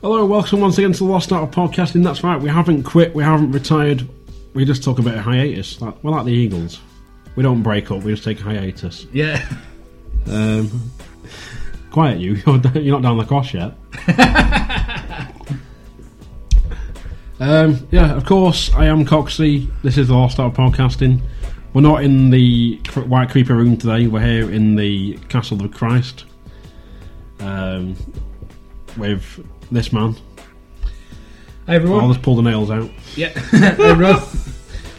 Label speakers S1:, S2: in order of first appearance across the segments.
S1: Hello, welcome once again to the Lost Art of Podcasting. That's right, we haven't quit, we haven't retired. We just took a bit of hiatus. Like, we're like the Eagles. We don't break up, we just take a hiatus.
S2: Yeah.
S1: Um, quiet you, you're, d- you're not down the cross yet. um, yeah, of course, I am Coxey. This is the Lost Art of Podcasting. We're not in the cr- White Creeper room today, we're here in the Castle of Christ um, with this man.
S2: Hi
S1: I'll
S2: everyone.
S1: just pull the nails out.
S2: Yeah. hey Rob.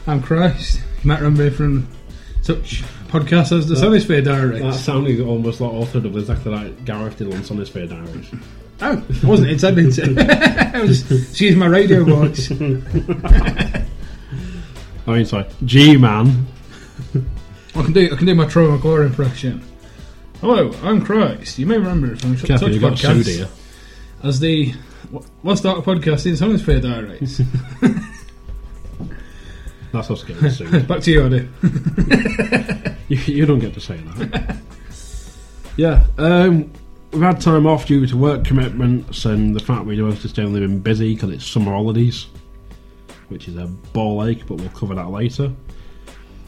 S2: I'm Christ. Matt Rumby from such podcast as the Sonisphere
S1: That
S2: Diaries.
S1: sounded almost like authored of exactly like Gareth did on Sonny's Fair Diaries.
S2: Oh, I wasn't intended to. I was excuse my radio voice.
S1: I mean, sorry, G Man.
S2: I can do I can do my Troy McClure impression. Hello, I'm Christ. You may remember from such
S1: Kathy, you got sued
S2: podcasts
S1: here.
S2: as the Lost Art Podcast in Sonisphere Diaries.
S1: That's us getting sued.
S2: Back to you, Odie.
S1: you, you don't get to say that. yeah, um, we've had time off due to work commitments and the fact we've just only been busy because it's summer holidays, which is a ball ache, but we'll cover that later.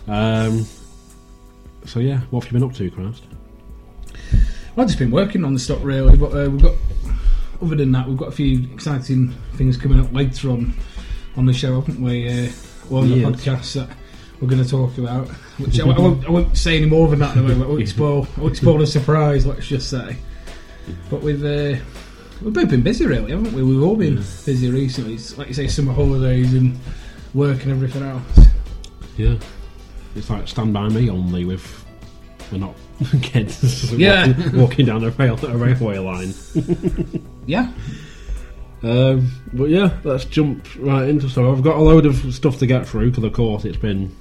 S1: Um, so yeah, what have you been up to, Christ?
S2: I've just been working on the stock really, but uh, we've got other than that, we've got a few exciting things coming up later on on the show, haven't we? Uh, or on the
S1: Yes.
S2: podcast that we're going to talk about. Which I, I, won't, I won't say any more than that. at the moment. I won't spoil. I won't spoil a surprise. Let's just say. But we've uh, we've both been busy, really, haven't we? We've all been busy recently. It's, like you say, summer holidays and work and everything else.
S1: Yeah. It's like Stand By Me only with we're not kids
S2: Yeah.
S1: walking, walking down a, rail, a railway line.
S2: Yeah.
S1: Um, but yeah, let's jump right into so I've got a load of stuff to get through because of course it's been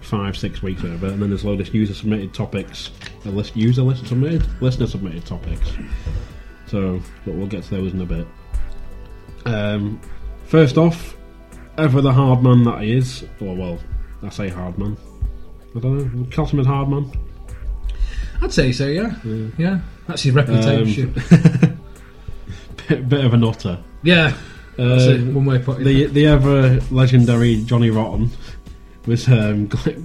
S1: five, six weeks over, and then there's a load of user submitted topics, a list user list submitted, listener submitted topics. So, but we'll get to those in a bit. Um, first off, ever the hard man that he is, or well, I say hard man. I don't know. Class him as hard man.
S2: I'd say so. Yeah. Yeah. That's his reputation.
S1: Bit, bit of a nutter.
S2: yeah. That's it,
S1: Um,
S2: one way put. it.
S1: the the ever legendary Johnny Rotten was um, gl-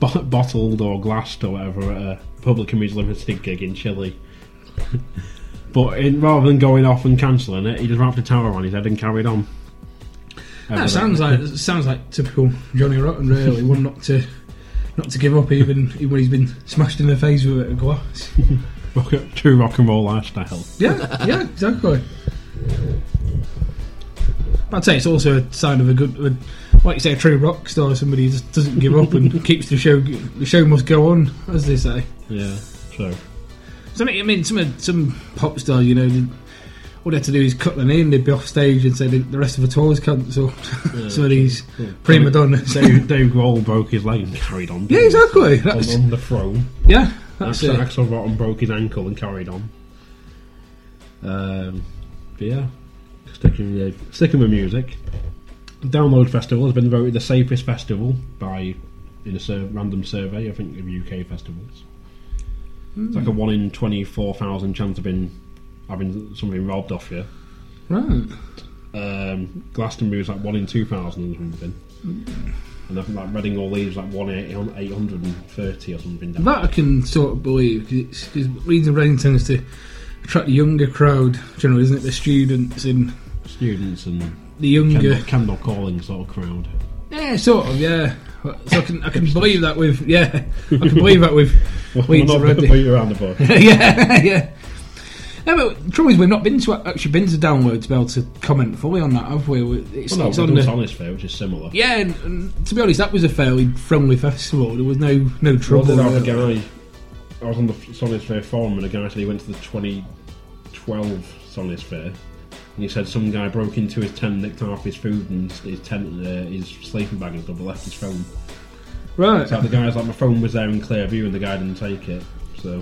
S1: bo- bottled or glassed or whatever at a Public Image Limited gig in Chile. but in, rather than going off and cancelling it, he just wrapped a towel around his head and carried on.
S2: That sounds like it sounds like typical Johnny Rotten, really. One not to not to give up, even even when he's been smashed in the face with a bit of glass.
S1: rock, true rock and roll lifestyle.
S2: Yeah, yeah, exactly. But I'd say it's also a sign of a good, a- like you say, a true rock star. Somebody who just doesn't give up and keeps the show. g- The show must go on, as they say.
S1: Yeah, so
S2: So, I mean, some of- some pop stars, you know, they, all they have to do is cut their name, they'd be off stage and say the, the rest of the tour is cancelled. some of these prima donnas.
S1: Dave, Dave Grohl broke his leg and carried on.
S2: Yeah, exactly.
S1: On,
S2: That's,
S1: on the throne.
S2: yeah, that's
S1: Axel,
S2: it.
S1: Axel Rotten broke his ankle and carried on. Um, but yeah, sticking with, sticking with music. Download Festival has been voted the safest festival by in a sur- random survey, I think, of UK festivals. It's like a one in twenty four thousand chance of being having something robbed off you.
S2: Right.
S1: Um, Glastonbury was like one in two thousand or something, and I think like Reading or Leeds was like one in eight hundred and thirty or something. Down.
S2: That I can sort of believe because Leeds and Reading tends to attract the younger crowd generally, isn't it? The students and
S1: Students and
S2: the younger.
S1: Kendall, Kendall calling sort of crowd.
S2: Yeah, sort of, yeah. So I can, I can believe that with, yeah. I can believe that with
S1: We're
S2: Leeds
S1: not
S2: and
S1: going to
S2: Reading.
S1: beat around the bush.
S2: yeah, yeah. No, but the trouble is we've not been to actually been to download to be able to comment fully on that, have we? We- It's,
S1: Well, no,
S2: it's
S1: we've
S2: on
S1: done
S2: the,
S1: Sonic Fair, which is similar.
S2: yeah, and, and to be honest, that was a fairly friendly festival. There was no no
S1: Well,
S2: trouble.
S1: there's a
S2: really.
S1: guy. I was on the Sonic Fair forum, and a guy said he went to the 2012 Sonic Fair, and he said some guy broke into his tent, nicked half his food and s- his tent, uh, his sleeping bag and stuff, but left his phone.
S2: Right.
S1: So the guy's like, my phone was there in clear view, and the guy didn't take it. So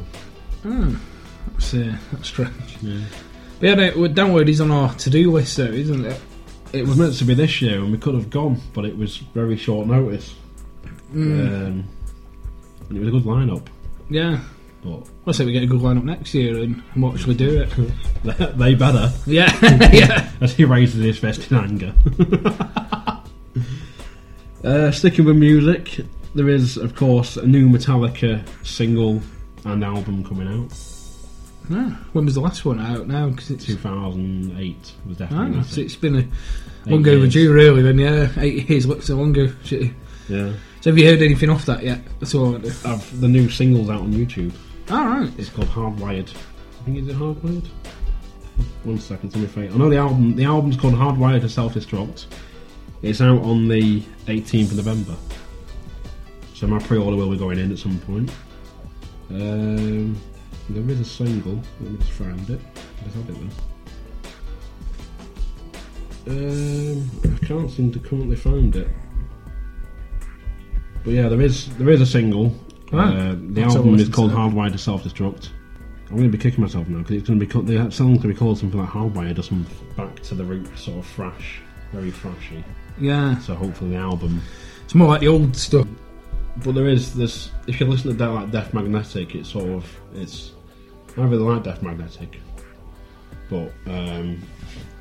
S2: That's, uh, that's strange. But yeah, no, well, download is on our to-do list, though, isn't it?
S1: it was meant to be this year, and we could have gone, but it was very short notice. Um, and it was a good lineup.
S2: Yeah.
S1: But
S2: I say we get a good lineup next year and we'll actually do it.
S1: they better,
S2: Yeah, yeah.
S1: as he raises his fist in anger. uh, sticking with music, there is, of course, a new Metallica single and album coming out.
S2: Ah, when was the last one out now? Because it's,
S1: 2008 was
S2: ah,
S1: definitely.
S2: it's,
S1: that.
S2: it's been a
S1: Eight
S2: long
S1: years.
S2: overdue, really. Then yeah, eight years looks a long overdue.
S1: Yeah.
S2: So have you heard anything off that yet? That's all. I do.
S1: I've, the new single's out on YouTube.
S2: All right.
S1: It's called Hardwired. I think is it Hardwired. One second, let me think. I know the album. The album's called Hardwired to Self Destruct. It's out on the 18th of November. So my pre-order will be going in at some point. Um, there is a single. Let me just find it. Let's have it then. Um, I can't seem to currently find it. But yeah, there is there is a single.
S2: Right.
S1: Uh, the
S2: That's
S1: album
S2: always
S1: is called
S2: considered.
S1: Hardwired to Self Destruct. I'm going to be kicking myself now because it's going to be called, the song's going to be called something like Hardwired or something back to the root sort of thrash, very thrashy.
S2: Yeah,
S1: So hopefully the album.
S2: it's more like the old stuff.
S1: But there is this. If you listen to that like Death Magnetic, it's sort of it's. I really like Death Magnetic, but um,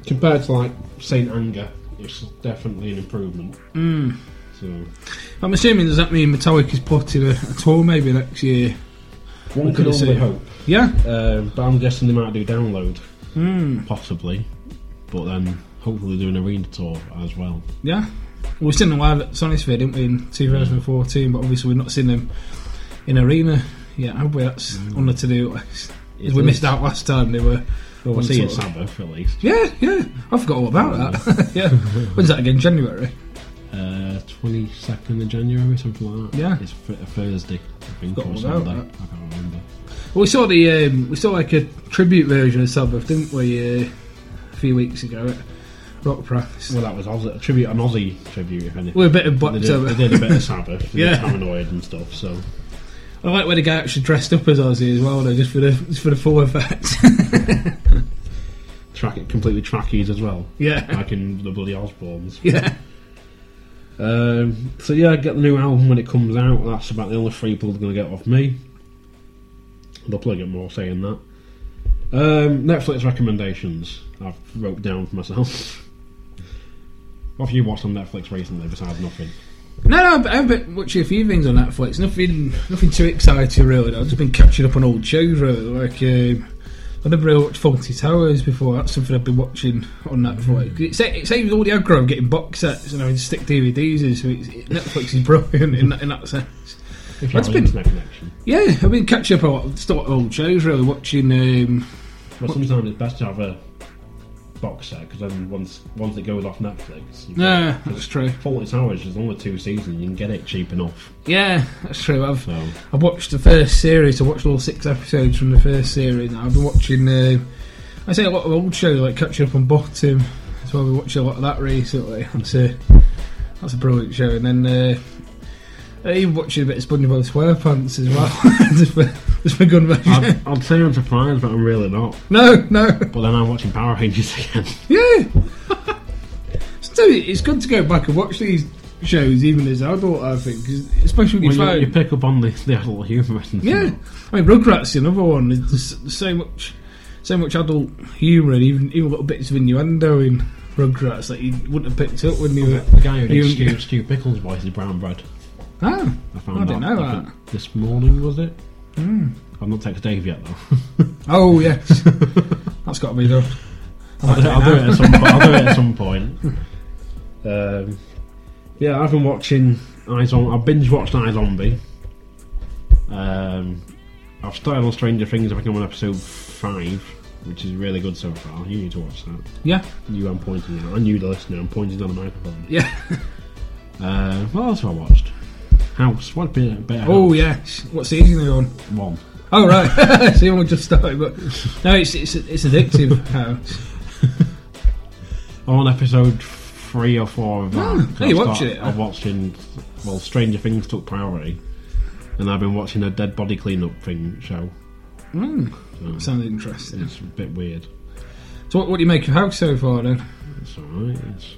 S1: compared to like Saint Anger, it's definitely an improvement.
S2: Mm.
S1: So
S2: I'm assuming does that mean Metallica's plotting a, a tour maybe next year?
S1: one
S2: could
S1: could only
S2: say-
S1: hope.
S2: Yeah.
S1: Um, but I'm guessing they might do download,
S2: Mm.
S1: possibly, but then hopefully do an arena tour as well.
S2: Yeah. Well, we seen them live at Sony's Fair, didn't we, in 2014? But obviously, we've not seen them in arena yet, have we? That's on the to-do list. 'Cause we missed out last time. They were.
S1: Well, we're
S2: on
S1: seeing
S2: tour.
S1: Sabbath at least.
S2: Yeah, yeah. I forgot all about that. yeah. When's that again? January.
S1: Uh, 22nd of January, something like that.
S2: Yeah.
S1: It's th- a Thursday, I think,
S2: Got
S1: or
S2: one
S1: Sunday.
S2: out,
S1: I can't remember.
S2: Well, we saw the um, we saw like a tribute version of Sabbath, didn't we? Uh, a few weeks ago at Rock Practice.
S1: Well, that was Oz- a tribute, an Aussie tribute, if anything.
S2: We're a bit of
S1: they,
S2: Black
S1: did,
S2: Sabbath.
S1: they did a bit of Sabbath, they
S2: uh, Yeah.
S1: did Paranoid and stuff, so.
S2: I like when the guy actually dressed up as Ozzy as well, though, just for the just for the full effect.
S1: Track it completely trackies as well,
S2: yeah,
S1: like in the bloody Osbournes.
S2: yeah.
S1: Um, so yeah, get the new album when it comes out. That's about the only free plug they're going to get off me. They'll probably get more saying that. Um, Netflix recommendations. I've wrote down for myself. what have you watched on Netflix recently besides nothing?
S2: No, no, I've been watching a few things on Netflix. Nothing, nothing too exciting really. Though. I've just been catching up on old shows really. Like um, I never really watched Faulty Towers before. That's something I've been watching on Netflix. It, sa- it saves all the aggro of getting box sets and having to stick DVDs in. So it's, it, Netflix is brilliant in that, in that sense.
S1: If you
S2: That's
S1: have an
S2: been-
S1: internet connection.
S2: Yeah, I've been catching up on a lot- still a lot of old shows really. Watching um,
S1: But sometimes it's best to have a box set because then once once it goes off Netflix, you
S2: yeah, that's true.
S1: Forty Towers is only two seasons. You can get it cheap enough.
S2: Yeah, that's true. I've
S1: So
S2: I've watched the first series. I watched all six episodes from the first series. Now I've been watching. Uh, I say a lot of old shows like catching up on Bottom. So I've been watching a lot of that recently. That's a that's a brilliant show. And then uh, I even watching a bit of SpongeBob SquarePants as well. just, for, just for good measure.
S1: I'd, I'd say I'm surprised, but I'm really not.
S2: no, no,
S1: But then I'm watching Power Rangers again.
S2: yeah. so it's good to go back and watch these shows, even as an adult. I think, 'cause especially when
S1: Well,
S2: you,
S1: you, you pick up on the, the adult humour. and
S2: Yeah,
S1: stuff.
S2: I mean Rugrats is another one. There's there's so much, so much adult humour and even even little bits of innuendo in Rugrats that you wouldn't have picked up when you were.
S1: The guy who did
S2: You-
S1: Stu, Stu Pickles' voice is brown bread.
S2: Ah,
S1: I found
S2: I didn't
S1: out
S2: know
S1: I
S2: that. Hmm.
S1: think This morning, was it? I've not texted Dave yet, though.
S2: oh yes, that's got to be done.
S1: I'll, do, I'll do it at some point. I'll do it at some point. Um, yeah, I've been watching Eyes on. I've binge watched Eye Zombie. Um, I've started on Stranger Things. I think I'm on episode five, which is really good so far. You need to watch that.
S2: Yeah,
S1: You, I'm pointing out. I knew the listener. I'm pointing on the microphone.
S2: yeah.
S1: Uh, what else have I watched? House. What bit? bit of
S2: Oh
S1: House?
S2: yes. What season are you on?
S1: one.
S2: Oh right, so you only just started, but no, it's it's it's addictive. How?
S1: I'm on episode three or four of that.
S2: Oh,
S1: I've
S2: are you
S1: start-
S2: watching it?
S1: I've watching. Well, Stranger Things took priority, and I've been watching a dead body cleanup thing show.
S2: Mm,
S1: So
S2: sounds interesting.
S1: it's a bit weird.
S2: So what, what do you make of House so far then?
S1: It's alright. It's,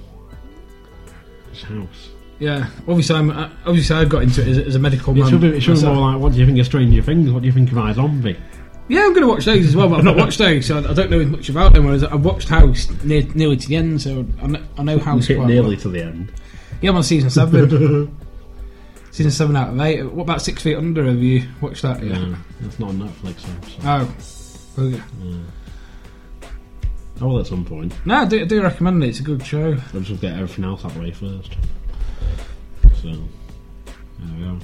S1: it's House.
S2: Yeah, obviously, I'm, I- obviously I got into it as, a- as a medical man.
S1: It should be, it should be
S2: myself.
S1: more like, what do you think of Stranger Things? What do you think of my zombie?
S2: Yeah, I'm going to watch those as well, but I've not watched those, so I I don't know as much about them. Whereas I've watched House near, nearly to the end, so I know, I know House quite
S1: nearly
S2: well.
S1: to the end.
S2: Yeah, I'm on season seven. season seven out of eight. What about Six Feet Under? Have you watched that? yet?
S1: Yeah, that's not on Netflix. So, so.
S2: Oh, okay.
S1: I will Oh, at some point.
S2: no, I do, I do recommend it. It's a good show.
S1: I'll just get everything else out of the way first. So, there we go.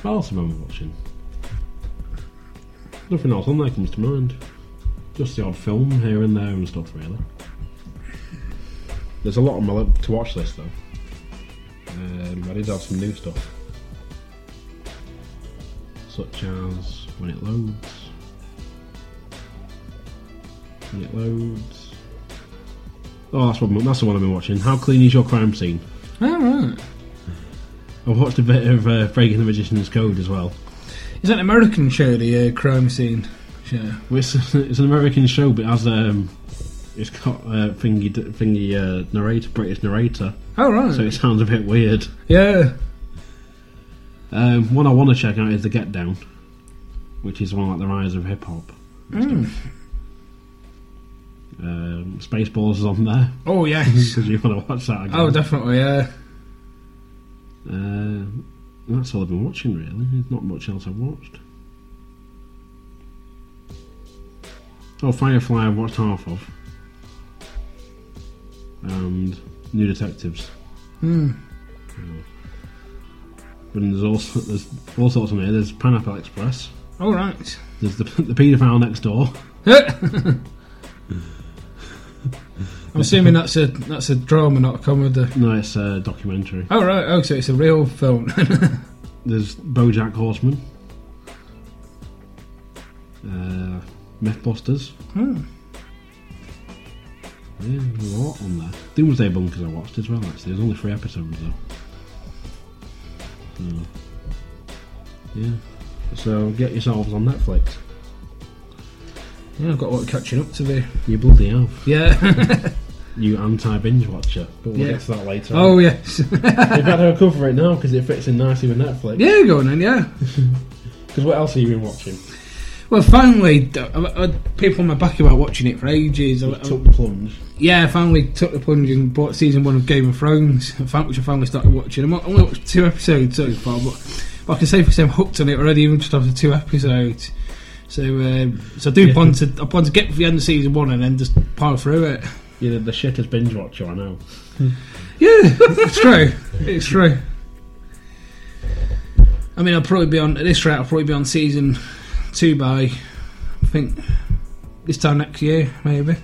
S1: What else am I watching? Nothing else on there comes to mind. Just the odd film here and there and stuff, really. There's a lot on my li- to watch list, though. Um, I did have some new stuff. Such as When It Loads. When It Loads. Oh, that's, what, that's the one I've been watching. How Clean Is Your Crime Scene?
S2: All right.
S1: I watched a bit of uh, Breaking the Magician's Code as well.
S2: Is that an American show, the uh, crime scene show?
S1: It's, it's an American show, but it has um, it's got uh, thingy thingy uh, narrator, British narrator,
S2: Oh, right.
S1: so it sounds a bit weird.
S2: yeah.
S1: Um, one I want to check out is The Get Down, which is one like the rise of hip hop. Um, Spaceballs is on there
S2: Oh, yes.
S1: because you want to watch that again.
S2: oh, definitely, yeah.
S1: Uh, that's all I've been watching, really. There's not much else I've watched. Oh, Firefly, I've watched half of. And New Detectives.
S2: Hmm.
S1: But there's all, s- there's all sorts on here. There's Pineapple Express.
S2: All right.
S1: There's the, the paedophile next door.
S2: I'm assuming that's a that's a drama, not a comedy.
S1: No, it's a documentary.
S2: Oh right, oh so it's a real film.
S1: There's Bojack Horseman. Uh, Mythbusters.
S2: Hmm.
S1: Yeah, there's a lot on there. Doomsday Bunkers I watched as well, actually. There's only three episodes, though. So, yeah. So get yourselves on Netflix.
S2: yeah, I've got a lot of catching up to do.
S1: You bloody have.
S2: Yeah.
S1: You anti binge watcher. But we'll
S2: Yeah.
S1: get to that later.
S2: oh yes.
S1: on. you better cover it now because it fits in nicely with Netflix.
S2: yeah, going in. Yeah.
S1: Because what else have you been watching?
S2: Well, finally, d- I- I had people on my back about watching it for ages. I- I-
S1: Took the plunge.
S2: yeah, I finally took the plunge and bought season one of Game of Thrones, I fin- which I finally started watching. I'm o- I only watched two episodes so far, but, but I can say because I'm hooked on it already, even just after two episodes. So, um, so I do
S1: Yeah.
S2: plan to I plan to get to the end of season one and then just power through it.
S1: You're the shittest binge watcher I know.
S2: Yeah, it's true. It's true. I mean, I'll probably be on at this rate. I'll probably be on season two by I think this time next year, maybe.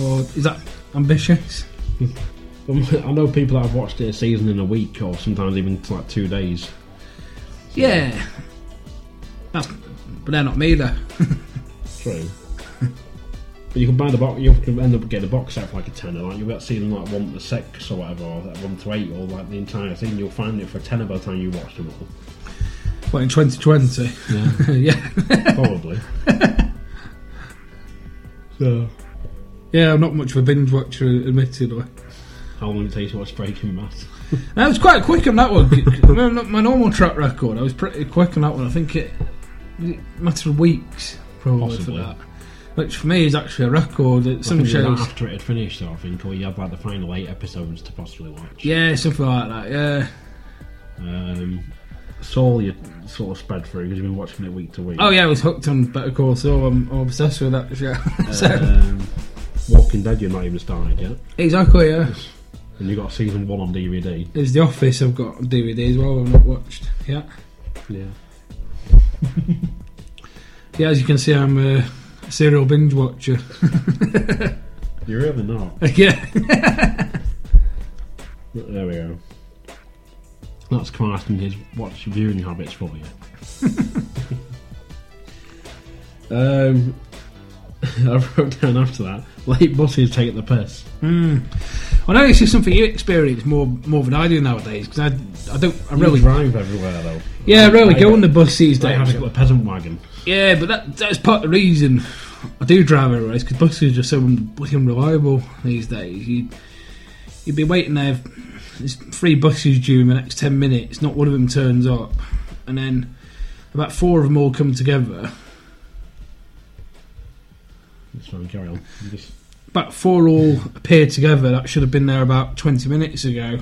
S2: Or is that ambitious?
S1: I know people that have watched it a season in a week or sometimes even like two days.
S2: Yeah. That's, but they're not me though.
S1: True. but you can buy the box. You can end up getting a box set for like a tenner. Like you'll get season like one to six or whatever, or like one to eight, or like the entire thing. You'll find it for a tenner by the time you watch them all.
S2: What in 2020?
S1: Yeah,
S2: yeah.
S1: probably. so,
S2: Yeah, I'm not much of a binge watcher, admittedly.
S1: how long it takes to watch Breaking Bad?
S2: I was quite quick on that one. my, my normal track record, I was pretty quick on that one. I think it, it mattered weeks probably
S1: Possibly.
S2: for that, which for me is actually a record. That
S1: I
S2: some
S1: think it was
S2: shows,
S1: after it had finished, sort of thing, or you have like the final eight episodes to possibly watch.
S2: yeah, something like that. Yeah.
S1: Um, Saul, you sort of spread through because you've been watching it week to week.
S2: Oh yeah, I was hooked on Better Call Saul. I'm, I'm obsessed with that show. so,
S1: Um, Walking Dead, you're not even started yet,
S2: exactly. Yeah,
S1: and you have got season one on DVD.
S2: there's The Office. I've got on DVD as well. I've not watched. Yeah.
S1: Yeah.
S2: Yeah, as you can see, I'm a serial binge watcher.
S1: You're really not.
S2: yeah.
S1: But There we go. That's Christ and his watch viewing habits for you. um, I wrote down after that late buses take the piss.
S2: Mm. I know this is something you experience more more than I do nowadays because I, I don't I
S1: Really
S2: really
S1: drive everywhere though.
S2: yeah I really
S1: They-
S2: go on the bus these
S1: They
S2: days.
S1: have got a peasant wagon.
S2: Yeah, but that that's part of the reason I do drive everywhere because buses are just so un- bloody unreliable these days. You you'd be waiting there there's three buses due in the next 10 minutes, not one of them turns up. And then about four of them all come together.
S1: It's fine, carry on. I'm just-
S2: About four all appear together that should have been there about 20 minutes ago.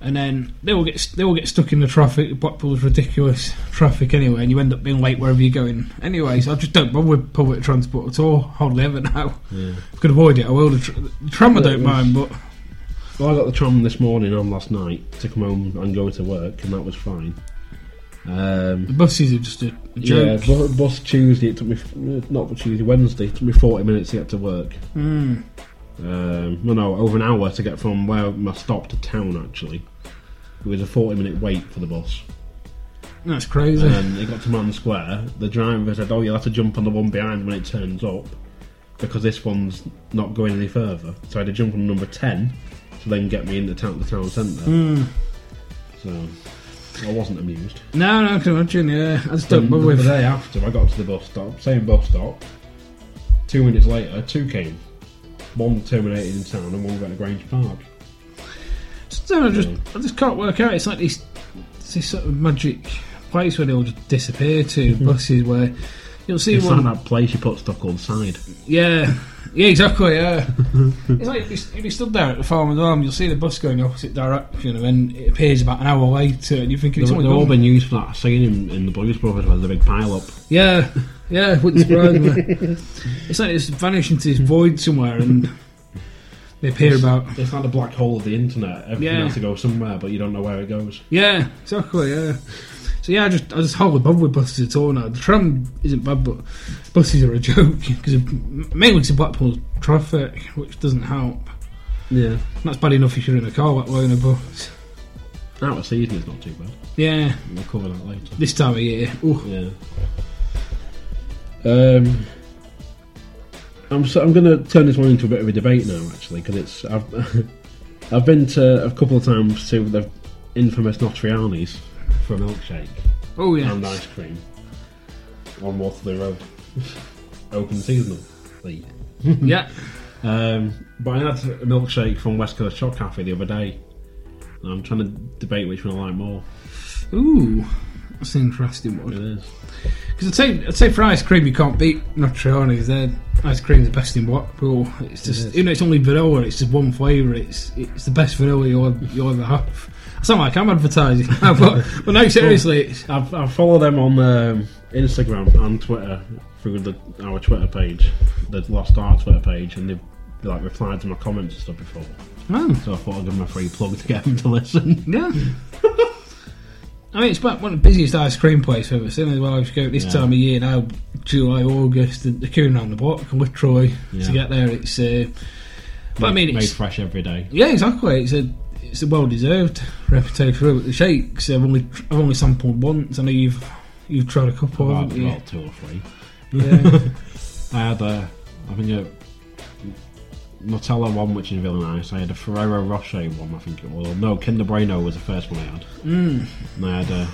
S2: And then they all get they all get stuck in the traffic. Blackpool's ridiculous traffic anyway, and you end up being late wherever you're going. Anyway, so I just don't bother with public transport at all. Hardly ever now.
S1: yeah.
S2: If I could avoid it, I will. The, tr- the tram I don't mind, but
S1: Well, I got the tram this morning on last night to come home and go to work, and that was fine. Um,
S2: the buses are just a, a joke.
S1: Yeah, bu- bus Tuesday. It took me f- not Tuesday, Wednesday. It took me forty minutes to get to work.
S2: Mm.
S1: Um, well, no, over an hour to get from where my stop to town. Actually, it was a forty-minute wait for the bus.
S2: That's crazy.
S1: And then it got to Man Square. The driver said, "Oh, you'll have to jump on the one behind when it turns up, because this one's not going any further." So I had to jump on number ten to then get me into town, the town centre. So I wasn't amused.
S2: No, no, I can imagine. Yeah, I just
S1: The,
S2: don't bother
S1: the
S2: with.
S1: day after, I got to the bus stop, same bus stop. Two minutes later, two came. One terminated in town and one went to Grange Park.
S2: Just, I just, I just can't work out. It's like this, it's this sort of magic place where they all just disappear to buses where you'll see
S1: Mm-hmm. It's
S2: one.
S1: like that place you put stuff on the side.
S2: Yeah, yeah, exactly. Yeah, it's like if you, if you stood there at the farmer's arm, you'll see the bus going the opposite direction, and then it appears about an hour later, and you're thinking
S1: They've
S2: it's only
S1: all
S2: gone.
S1: been used for that scene in, in the Blues Brothers where there's a big pile up.
S2: Yeah, yeah, wouldn't surprise me. It's like it's vanished into this void somewhere, and they appear about.
S1: It's like the black hole of the internet. Everything
S2: Yeah.
S1: has to go somewhere, but you don't know where it goes.
S2: Yeah, exactly. Yeah. So yeah, I just I just hardly bother with buses at all now. The tram isn't bad, but buses are a joke because mainly to Blackpool's traffic, which doesn't help.
S1: Yeah.
S2: And that's bad enough if you're in a car, let alone a bus.
S1: Out of season is not too bad.
S2: Yeah,
S1: We'll cover that later.
S2: this time of year. Ooh.
S1: Yeah. Um, I'm so, I'm going to turn this one into a bit of a debate now, actually, because it's I've I've been to a couple of times to the infamous Nostriani's for a milkshake
S2: Oh yeah.
S1: and ice cream on Waterloo Road, open seasonal.
S2: yeah.
S1: Um, but I had a milkshake from West Coast Shop Cafe the other day, and I'm trying to debate which one I like more.
S2: Ooh. That's an interesting
S1: It
S2: one.
S1: is.
S2: Because I'd say, I'd say for ice cream, you can't beat Notriani's. Their ice cream's the best in Blackpool. It's just,
S1: is.
S2: you know, it's only vanilla. It's just one flavour. It's it's the best vanilla you'll, you'll ever have. I sound like I'm advertising. now, but, but no, seriously. It's,
S1: I've, I've followed them on um, Instagram and Twitter through the, our Twitter page, the Lost Art Twitter page, and they've like replied to my comments and stuff before.
S2: oh,
S1: So I thought I'd give them a free plug to get them to listen.
S2: yeah. I mean, it's about one of the busiest ice cream places I've ever seen as well. I just go this
S1: Yeah.
S2: time of year now, July, August, and they're queuing around the block, literally,
S1: Yeah.
S2: to get there. It's, uh, but I mean,
S1: made
S2: it's,
S1: fresh every day.
S2: Yeah, exactly. It's a it's a well deserved reputation for it. The shakes I've only I've only sampled once. I know you've you've tried a couple,
S1: Well,
S2: haven't you?
S1: well, two or three.
S2: Yeah.
S1: I had a, I think a Nutella one, which is really nice. I had a Ferrero Rocher one, I think it was. No, Kinder Bueno was the first one I had. Mm. And I had a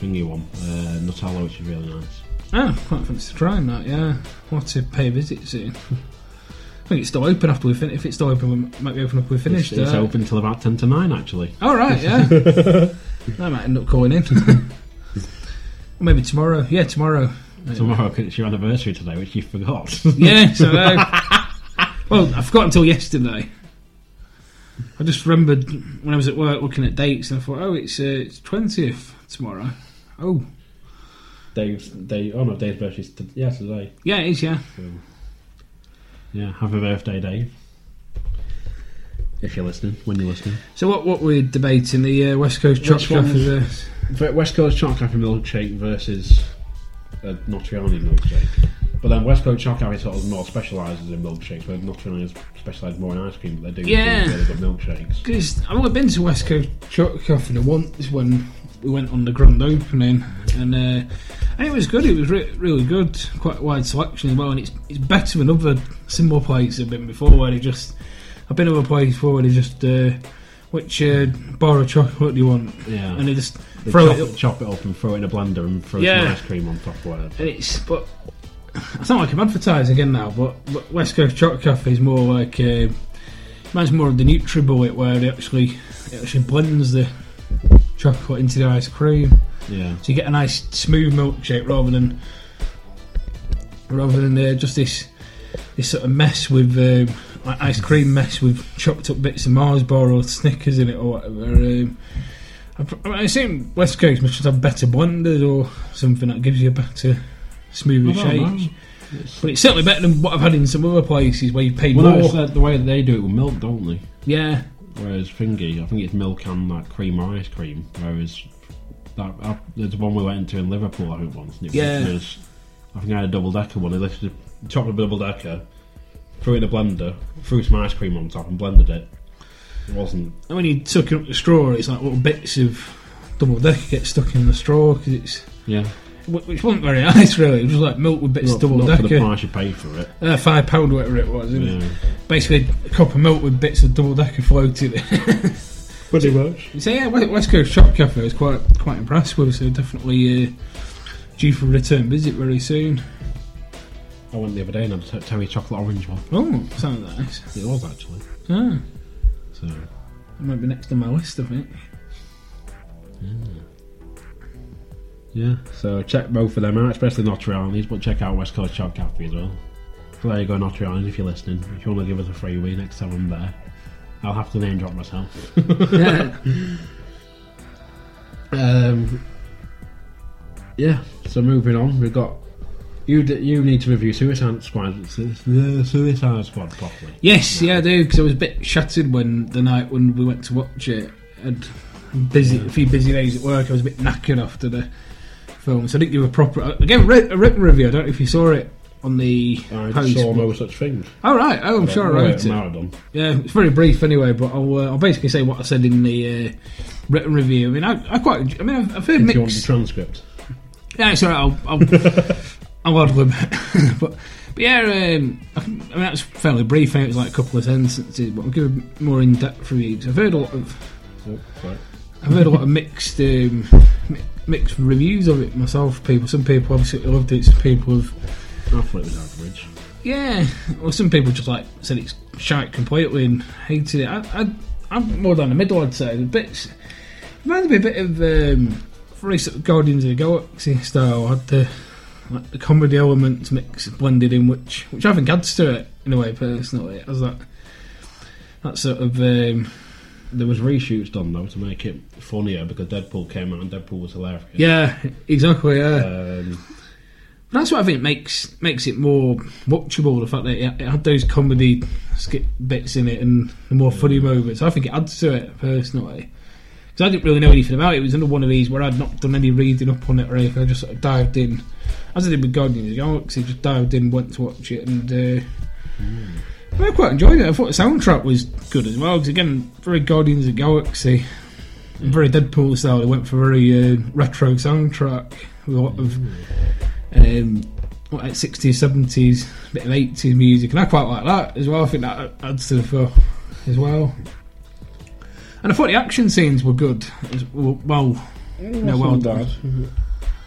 S1: thingy one, uh, Nutella, which is really nice.
S2: oh, quite fancy trying that. Yeah, we'll have to pay a visit soon. I think it's still open after we finish. If it's still open, we m- might be open after we
S1: It's,
S2: finish.
S1: it's
S2: uh,
S1: open till about ten to nine, actually.
S2: All right, yeah. I might end up calling in. Or Maybe tomorrow. Yeah, tomorrow.
S1: Tomorrow, 'cause it's your anniversary today, which you forgot.
S2: Yeah, so uh, well, I forgot until yesterday. I just remembered when I was at work looking at dates, and I thought, oh, it's uh, it's twentieth tomorrow. Oh,
S1: Dave's day. Oh no, Dave's birthday. T- yeah, today.
S2: yeah, it is. Yeah,
S1: So, yeah, happy birthday, Dave. If you're listening, when you're listening.
S2: so what what we're debating the uh, West Coast Chop
S1: Which
S2: Shop
S1: one's-
S2: is uh,
S1: Ve- West Coast Chocolate Cafe milkshake versus a Notriani milkshake. But then West Coast Chocolate Cafe sort of more specialises in milkshakes, where Notriani specialises more in ice cream, but they do
S2: Yeah.
S1: do really good milkshakes.
S2: because I've only been to West Coast Chop Cafe the once when we went on the grand opening, and uh, and it was good. It was re- really good, quite a wide selection as well, and it's it's better than other similar places I've been before where they just I've been to a place before where they just uh, which uh, bar of chocolate do you want,
S1: Yeah.
S2: and they just
S1: They
S2: throw
S1: chop,
S2: it up.
S1: chop it up and throw it in a blender and throw
S2: Yeah.
S1: some ice cream on top of whatever.
S2: And it's but I sound like I'm advertising again now, but, but West Coast Chocolate Cafe is more like. Uh, Mine's more of the NutriBullet where it actually it actually blends the chocolate into the ice cream,
S1: Yeah.
S2: so you get a nice smooth milkshake rather than rather than uh, just this this sort of mess with um, like ice cream mess with chopped up bits of Mars bar or Snickers in it or whatever. Um, I, pr- I assume West Coast must just have better blenders or something that gives you a better smoother
S1: I don't
S2: shake.
S1: know. It's-
S2: But it's certainly better than what I've had in some other places where you pay
S1: Well, no,
S2: more.
S1: it's that- uh, the way that they do it with milk, don't they?
S2: yeah.
S1: Whereas thingy, I think it's milk and like cream or ice cream. Whereas that I, there's one we went to in Liverpool, I think once. And it was-
S2: Yeah.
S1: it was- I think I had a double decker one. I lifted a chocolate double decker, threw it in a blender, threw some ice cream on top, and blended it. It wasn't.
S2: And when you took it up the straw, it's like little bits of double decker get stuck in the straw because it's
S1: Yeah.
S2: wh- which wasn't very nice really. It was like milk with bits
S1: not,
S2: of double
S1: not for the
S2: decker, Mm.
S1: price you paid for it.
S2: uh, five pound whatever it was. It was
S1: Yeah.
S2: Basically, a cup of milk with bits of double decker floating.
S1: Pretty much.
S2: so yeah, West West Coast Shop Cafe I was quite quite impressed with. So definitely uh, due for a return visit very soon.
S1: I went the other day and had a Terry chocolate orange one.
S2: Oh, sounds nice.
S1: It was actually.
S2: Ah,
S1: So
S2: it might be next on my list, I think.
S1: yeah. So check both of them out, especially Notre Islands, but check out West Coast Chop Cafe as well. So there you go, Notre Islands, if you're listening. If you want to give us a freebie next time I'm there, I'll have to name drop myself.
S2: yeah.
S1: Um, yeah. So moving on, we've got. You, d- you need to review Suicide Squad, Su- Su- Suicide Squad properly.
S2: Yes, yeah, I do because I was a bit shattered when the night when we went to watch it. I'd busy a few busy days at work. I was a bit knackered after the film, so I didn't give a proper. I gave a writ- a written review. I don't know if you saw it on the
S1: I
S2: post.
S1: saw no such thing.
S2: All right, oh, I'm sure I wrote it.
S1: Maradon.
S2: Yeah, it's very brief anyway, but I'll, uh, I'll basically say what I said in the uh, written review. I mean, I, I quite. I mean, I've, I've heard
S1: If you want the
S2: mixed.
S1: transcript.
S2: Yeah, it's all right. I'll, I'll, I'll ad-lib. but, but yeah, um, I, can- I mean, that's fairly brief. eh, It was like a couple of sentences, but I'll give a more in-depth review 'cause I've heard a lot of,
S1: Oh, sorry.
S2: I've heard a lot of mixed, um, mi- mixed reviews of it myself. People, some people obviously loved it. Some people have,
S1: I thought it was average.
S2: yeah. Well, some people just like said it's shite completely and hated it. I, I, I'm more down the middle. I'd say the bits reminded me a bit of um, very sort of Guardians of the Galaxy style. Had the like the comedy elements mixed blended in, which which I think adds to it in a way personally. It has that that sort of um,
S1: There was reshoots done though to make it funnier because Deadpool came out and Deadpool was hilarious.
S2: yeah, exactly. Yeah,
S1: Um,
S2: But that's what I think makes makes it more watchable. The fact that it, it had those comedy skip bits in it and the more funny moments. I think it adds to it personally. Because I didn't really know anything about it. It was another one of these where I'd not done any reading up on it or anything. I just sort of dived in, as I did with Guardians of the Galaxy. Just dived in, went to watch it, and uh, I quite enjoyed it. I thought the soundtrack was good as well. Because again, very Guardians of the Galaxy, and very Deadpool style. They went for very uh, retro soundtrack with a lot of um, what, like 60s, 70s, bit of 80s music, and I quite like that as well. I think that adds to the film as well. And I thought the action scenes were good. as- Well,
S1: no,
S2: well done.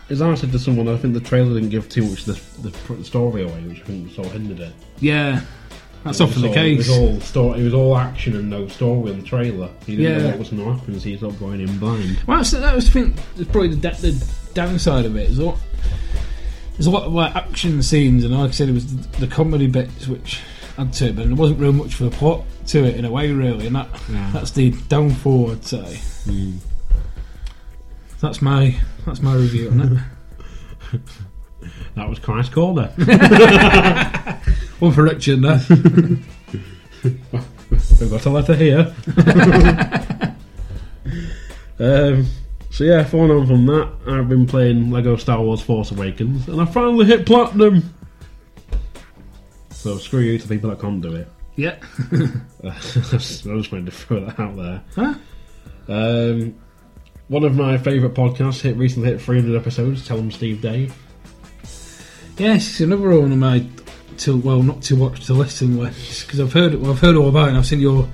S1: As I said to someone, I think the trailer didn't give too much of the, the pr- story away, which I think sort of hindered it.
S2: yeah, that's
S1: It was
S2: often the
S1: all-
S2: case.
S1: It was all story. It was all action and no story in the trailer. He didn't
S2: Yeah.
S1: know what was going to happen, so he's not going in blind.
S2: Well, that's, that was the thing. That's probably the, da- the downside of it. There's a lot, there's a lot of like action scenes, and like I said, it was the, the comedy bits which add to it, but there wasn't real much for the plot to it in a way, really, and that
S1: Yeah.
S2: that's the downfall, I'd say. That's my that's my review on it.
S1: That was Christ Corner.
S2: One for Richard. There.
S1: We've got a letter here. um, so yeah, following on from that, I've been playing Lego Star Wars Force Awakens, and I finally hit platinum. So screw you to people that can't do it.
S2: yeah.
S1: I just wanted to throw that out there.
S2: Huh?
S1: Um, one of my favourite podcasts hit recently hit 300 episodes. Tell them Steve Dave.
S2: Yes, it's another one of my to well not to watch to listen list because I've heard well, I've heard all about it. and I've seen your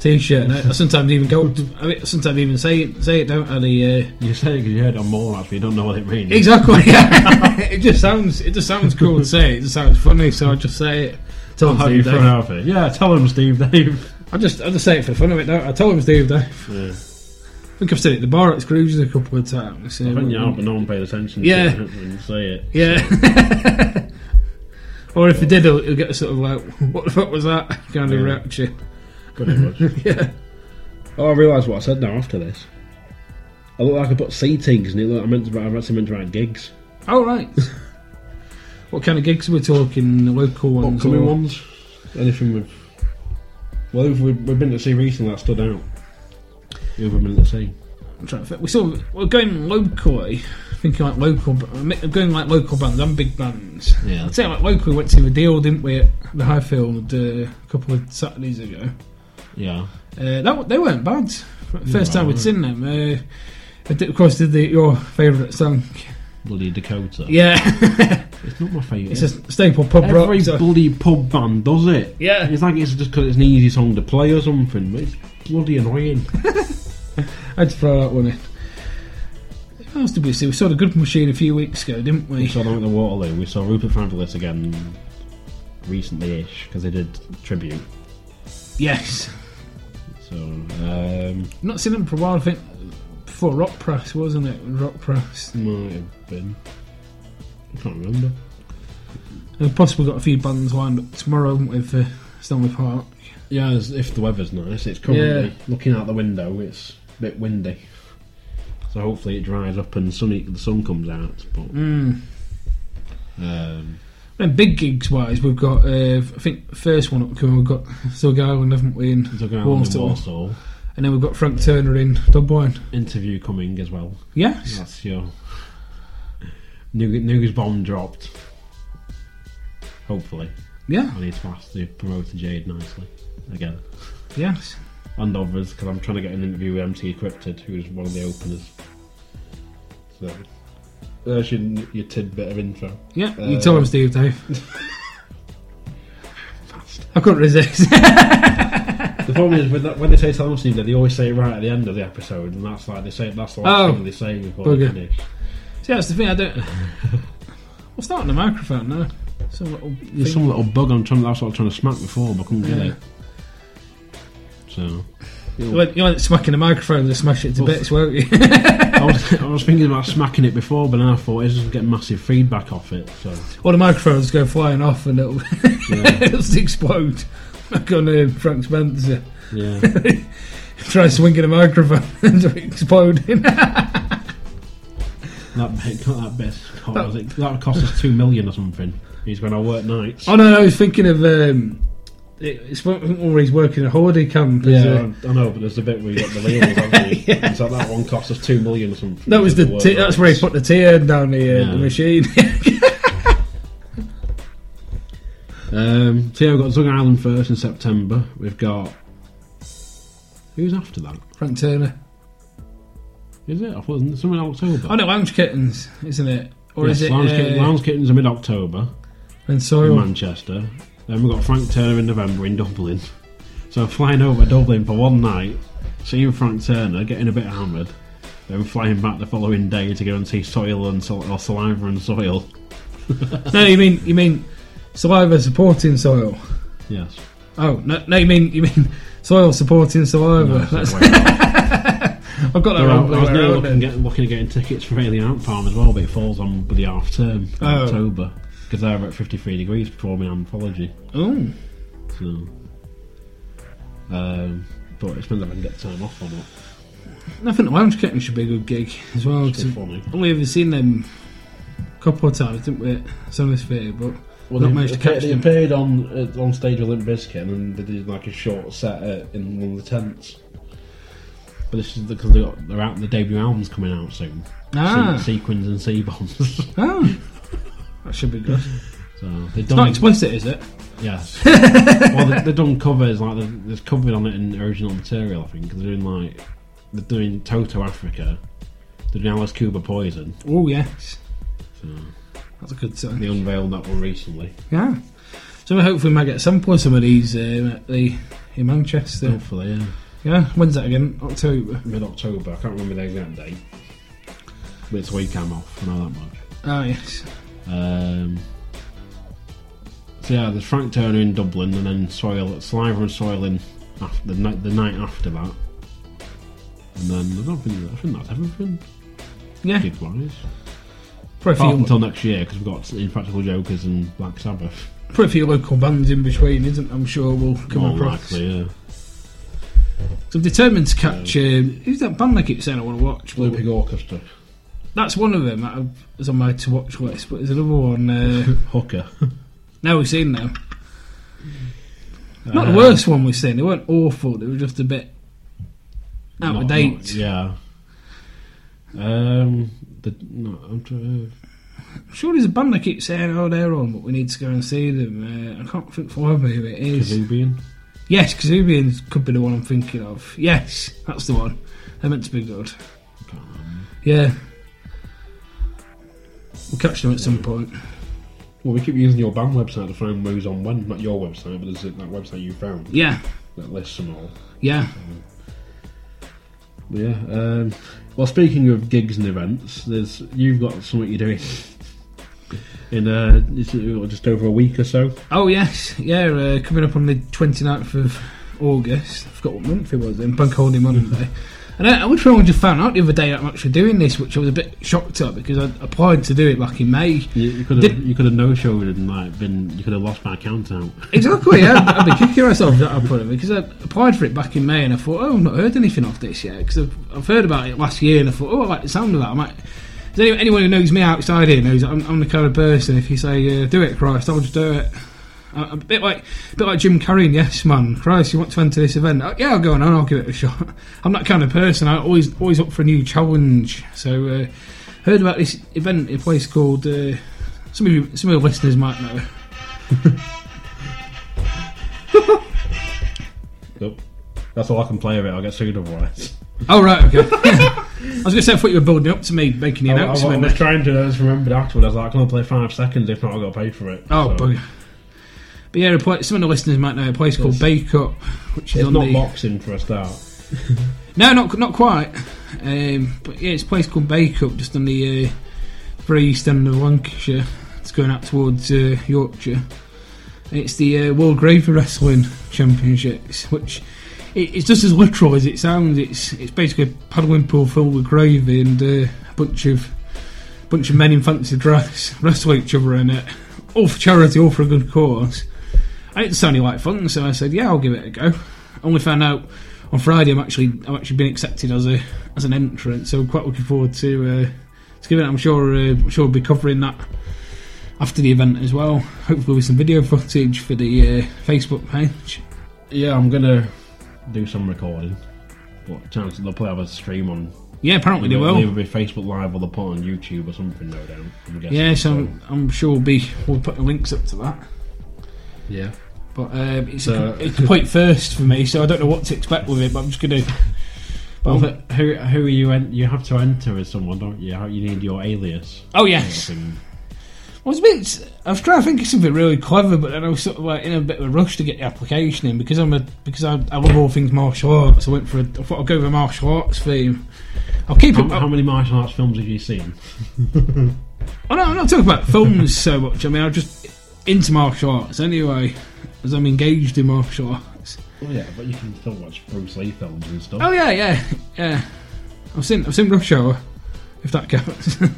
S2: T-shirt. And I, I sometimes even go. To, I mean, sometimes even say it, say it, don't I? The, uh,
S1: You say it because you heard it on more, but you don't know what it means.
S2: exactly. Yeah. it just sounds. It just sounds cool to say. It just sounds funny. So I just say it. Tell
S1: How
S2: them
S1: you
S2: Steve
S1: throw it
S2: Dave.
S1: out there. Yeah, tell them Steve Dave.
S2: I just I just say it for the fun of it. Don't I? I told him Steve Day. I
S1: Yeah.
S2: think I've said it at the bar at Scrooge's a couple of times.
S1: I think you are, but no one paid attention
S2: Yeah.
S1: to it when you say it.
S2: Yeah. or if they did, he'll, he'll get a sort of like, what the fuck was that? Kind of
S1: Yeah.
S2: reaction.
S1: Good it was.
S2: Yeah.
S1: Oh, I realised what I said now after this. I look like I put seatings, and it looked like I meant to, I've actually meant to write gigs.
S2: All Oh, right. what kind of gigs are we talking? Local ones?
S1: Upcoming
S2: or-
S1: ones? Mm, Anything we've. Well, who've we- we've been to see recently that stood out? Who've we been to see?
S2: I'm trying to think. We sort of, we're going locally. Thinking like local, I'm going like local bands and big bands.
S1: Yeah.
S2: I'd say like locally we went to a deal, didn't we, at the Highfield uh, a couple of Saturdays ago.
S1: Yeah.
S2: Uh, that wa- they weren't bad. First time
S1: Right.
S2: we'd seen them. Uh, I did, of course, did the, your favourite song.
S1: Bloody Dakota.
S2: Yeah.
S1: It's not my favourite.
S2: It's a staple pub rock.
S1: Every
S2: so-
S1: bloody pub band does it.
S2: Yeah.
S1: It's like it's just because it's an easy song to play or something, but it's bloody annoying.
S2: I had to throw that one in. What else did we see? We saw the Good Machine a few weeks ago, didn't
S1: we
S2: we?
S1: saw them at the Waterloo. We saw Rupert Fabulous again recently-ish because they did tribute.
S2: Yes.
S1: So um,
S2: Not seen them for a while, I think. Before Rock Press, wasn't it? Rock Press.
S1: might have been. I can't remember.
S2: And possibly got a few bands lined up tomorrow, haven't we, for Stanley Park?
S1: Yeah, as if the weather's nice, it's currently
S2: Yeah.
S1: looking out the window. It's a bit windy, so hopefully it dries up and sunny. The sun comes out, but
S2: Mm.
S1: um,
S2: And big gigs wise, we've got, uh, I think, first one up coming, we've got Zug Island, haven't we, in
S1: so going out in
S2: Warsaw.
S1: Warsaw.
S2: And then we've got Frank Turner in Dublin.
S1: Interview coming as well.
S2: Yes.
S1: That's your new news bomb dropped. Hopefully,
S2: Yeah.
S1: I need to ask the promoter Jade nicely again,
S2: Yes.
S1: and others because I'm trying to get an interview with MT Cryptid, who's one of the openers. So there's your, your tidbit of info.
S2: Yeah. you
S1: Uh,
S2: told him, Steve, Dave. I couldn't resist.
S1: The problem is with that, when they say Tom Steve, they always say it right at the end of the episode, and that's like they say that's the last
S2: Oh,
S1: thing they say before they
S2: bugger.
S1: finish.
S2: See, that's the thing. I don't. We're starting the microphone now. Some little. Thing.
S1: There's some little bug I'm trying. That's what I was trying to smack before, but I couldn't get
S2: Yeah.
S1: it. So
S2: You went, you went smacking the microphone and smash it to
S1: Oof.
S2: bits, won't you?
S1: I was, I was thinking about smacking it before, but then I thought it's just getting massive feedback off it. So
S2: or the microphones go flying off and it'll,
S1: yeah,
S2: it'll just explode. Like on uh, Frank Spencer.
S1: yeah.
S2: Try swinging a microphone and it's exploding.
S1: that bit, that bit, what was it? that cost us two million or something. He's going to work nights.
S2: oh no, no, I was thinking of. Um, it- it's one where he's working in a holiday camp. is, uh,
S1: Yeah, I I know, but there's a bit where you got the wheels, haven't you? So that one cost us two million or something.
S2: That was
S1: to
S2: the.
S1: work
S2: T- that's where he
S1: nights.
S2: put the tear down the, uh,
S1: Yeah.
S2: the machine.
S1: Um, so yeah, we've got Zug Island first in September. We've got who's after that?
S2: Frank Turner.
S1: Is it? I thought it was something in October.
S2: Oh no, Lounge Kittens, isn't it? Or
S1: Yes,
S2: is it?
S1: Lounge,
S2: uh,
S1: Kitten- Lounge Kittens are mid-October
S2: and
S1: in
S2: Soil.
S1: Manchester. Then we've got Frank Turner in November in Dublin. So flying over to Dublin for one night, seeing Frank Turner, getting a bit hammered, then flying back the following day to go and see Soil and Sol- or Saliva and Soil.
S2: No, you mean you mean saliva supporting soil.
S1: Yes.
S2: Oh no, no, you mean you mean soil supporting saliva.
S1: No,
S2: That's,
S1: so wait.
S2: I've got that
S1: They're
S2: wrong.
S1: out- I was
S2: but
S1: near
S2: they're out
S1: looking,
S2: there.
S1: get, looking at getting tickets for Alien Ant Farm as well, but it falls on with the half term in
S2: Oh.
S1: October because they're at 53 degrees performing anthology.
S2: Ooh.
S1: So, um, but it depends if I can get time off or not.
S2: And I think the Lounge Kitten should be a good gig as well.
S1: It's
S2: 'cause
S1: good funny.
S2: I've only ever seen them a couple of times, didn't we? Some of theatre, but
S1: Well,
S2: not
S1: they,
S2: managed to
S1: appeared-
S2: catch
S1: they
S2: them.
S1: appeared on uh, on stage with Limp Bizkit and then they did like a short set uh, in one of the tents. But this is because they got, they're out. The debut album's coming out soon.
S2: ah,
S1: Se- sequins and sea bombs.
S2: ah. that should be good.
S1: so they've
S2: It's not
S1: done
S2: explicit, is it?
S1: Yes. well, they, they've done covers like there's- there's covered on it in original material. I think 'cause they're doing like they're doing Toto Africa. They're doing Alice Cuba Poison.
S2: Oh yes,
S1: So
S2: that's a good sign.
S1: they unveiled that one recently.
S2: Yeah. So we hopefully might get a sample of some of these um, at the in Manchester.
S1: Hopefully, yeah.
S2: Yeah, when's that again? October.
S1: Mid October. I can't remember the exact date. But it's a week I'm off. I know that much.
S2: Ah, yes.
S1: Um, so yeah, there's Frank Turner in Dublin, and then Soil, Sliver and Soil in after the night the night after that. And then I don't think I think that's everything
S2: Yeah,
S1: gig wise.
S2: probably a
S1: Apart
S2: few,
S1: until next year because we've got Impractical Jokers and Black Sabbath.
S2: probably a few local bands in between, isn't? I'm sure we'll come
S1: More
S2: across.
S1: likely, yeah.
S2: So I'm determined to catch. Um, who's that band I keep saying I want to watch?
S1: Blue Pig Orchestra,
S2: That's one of them that I've- is on my to watch list. But there's another one. Uh,
S1: Hooker.
S2: now we've seen them.
S1: Um, Uh-huh.
S2: Not the worst one we've seen. They weren't awful. They were just a bit out
S1: Not-
S2: of
S1: not-
S2: date.
S1: yeah. Um, the, no, I'm trying.
S2: I'm sure there's a band I keep saying, "Oh, they're on," but we need to go and see them. Uh, I can't think for me who it is.
S1: Kazubian.
S2: Yes, Kazubians could be the one I'm thinking of. Yes, that's the one. They're meant to be good.
S1: Can't remember.
S2: Yeah. We'll catch them at some point.
S1: Well, we keep using your band website to find who's on when. Not your website, but there's that website you found
S2: Yeah,
S1: that lists them all.
S2: yeah.
S1: But yeah. Um, well, speaking of gigs and events, there's you've got something you're doing in uh, it's, uh, just over a week or so.
S2: Oh, yes, yeah. Uh, coming up on the 29th of August. I forgot what month it was in, Bank Holiday Monday. And uh, I, I wish I would have found out the other day that I'm actually doing this, which I was a bit shocked at because I applied to do it back in May.
S1: You, you could have
S2: Did-
S1: you could have no showed and like been you could have lost my count out.
S2: Exactly, yeah. I'd- I'd be kicking myself that I put it because I applied for it back in May and I thought, oh, I've not heard anything off this yet because I've, I've heard about it last year and I thought, oh, I like the sound of that. I might. Does anyone, anyone who knows me outside here knows that I'm, I'm the kind of person if you say, uh, do it, Christ, I'll just do it. I- I'm a bit like, a bit like Jim Carrey. in Yes, man, Christ, you want to enter this event? "Oh, yeah, I'll go on. I'll give it a shot. I'm that kind of person. I always, always up for a new challenge. So, uh, heard about this event in a place called. Uh, some of you, some of your listeners might know.
S1: Nope. That's all I can play of it. I'll get sued otherwise.
S2: Oh right, okay. I was going to say I thought you were building up to me making the
S1: Oh, I, I- I
S2: announcement.
S1: was trying to. I just remembered afterwards. I was like, I can only play five seconds. If not, I got to pay for it.
S2: oh,
S1: So,
S2: bugger. but yeah, a pla- some of the listeners might know a place called
S1: Yes.
S2: Bake Up, which is
S1: it's
S2: on
S1: not
S2: the
S1: boxing for a start.
S2: no, not not quite. Um, but yeah, it's a place called Bake Up, just on the uh, very east end of Lancashire. It's going out towards uh, Yorkshire. And It's the uh, World Gravy Wrestling Championships, which it, it's just as literal as it sounds. It's it's basically a paddling pool filled with gravy and uh, a bunch of bunch of men in fancy dress wrestle each other in it, all for charity, all for a good cause. And it sounded like fun, so I said, "Yeah, I'll give it a go." Only found out on Friday I'm actually I've actually been accepted as a as an entrant, so I'm quite looking forward to uh, to giving it. I'm sure uh, I'm sure we'll be covering that after the event as well. Hopefully with some video footage for the uh, Facebook page.
S1: Yeah, I'm gonna do some recording. What chance they'll probably have a stream on?
S2: Yeah, apparently they
S1: It'll
S2: will.
S1: either be Facebook Live or they'll put it on YouTube or something. No doubt. I'm guessing.
S2: Yeah, so I'm, I'm sure we'll be we'll put the links up to that.
S1: yeah,
S2: But um, it's,
S1: So-
S2: a, com- it's a complete first for me, so I don't know what to expect with it. But I'm just gonna.
S1: but
S2: Well,
S1: who who are you? En- you have to enter as someone, don't you? How- You need your alias.
S2: oh yes,
S1: And
S2: I was a bit. I was trying to think of something really clever, but then I was sort of like in a bit of a rush to get the application in because I'm a because I, I love all things martial arts. I went for. A, I thought I'd go with a martial arts theme. I'll keep
S1: How,
S2: it.
S1: how many martial arts films have you seen?
S2: Oh no, I'm not talking about films so much. I mean, I'm just into martial arts anyway, as I'm engaged in martial arts.
S1: Oh yeah, but you can still watch Bruce Lee films and stuff.
S2: Oh yeah, yeah, yeah. I've seen I've seen Rush Hour, if that counts.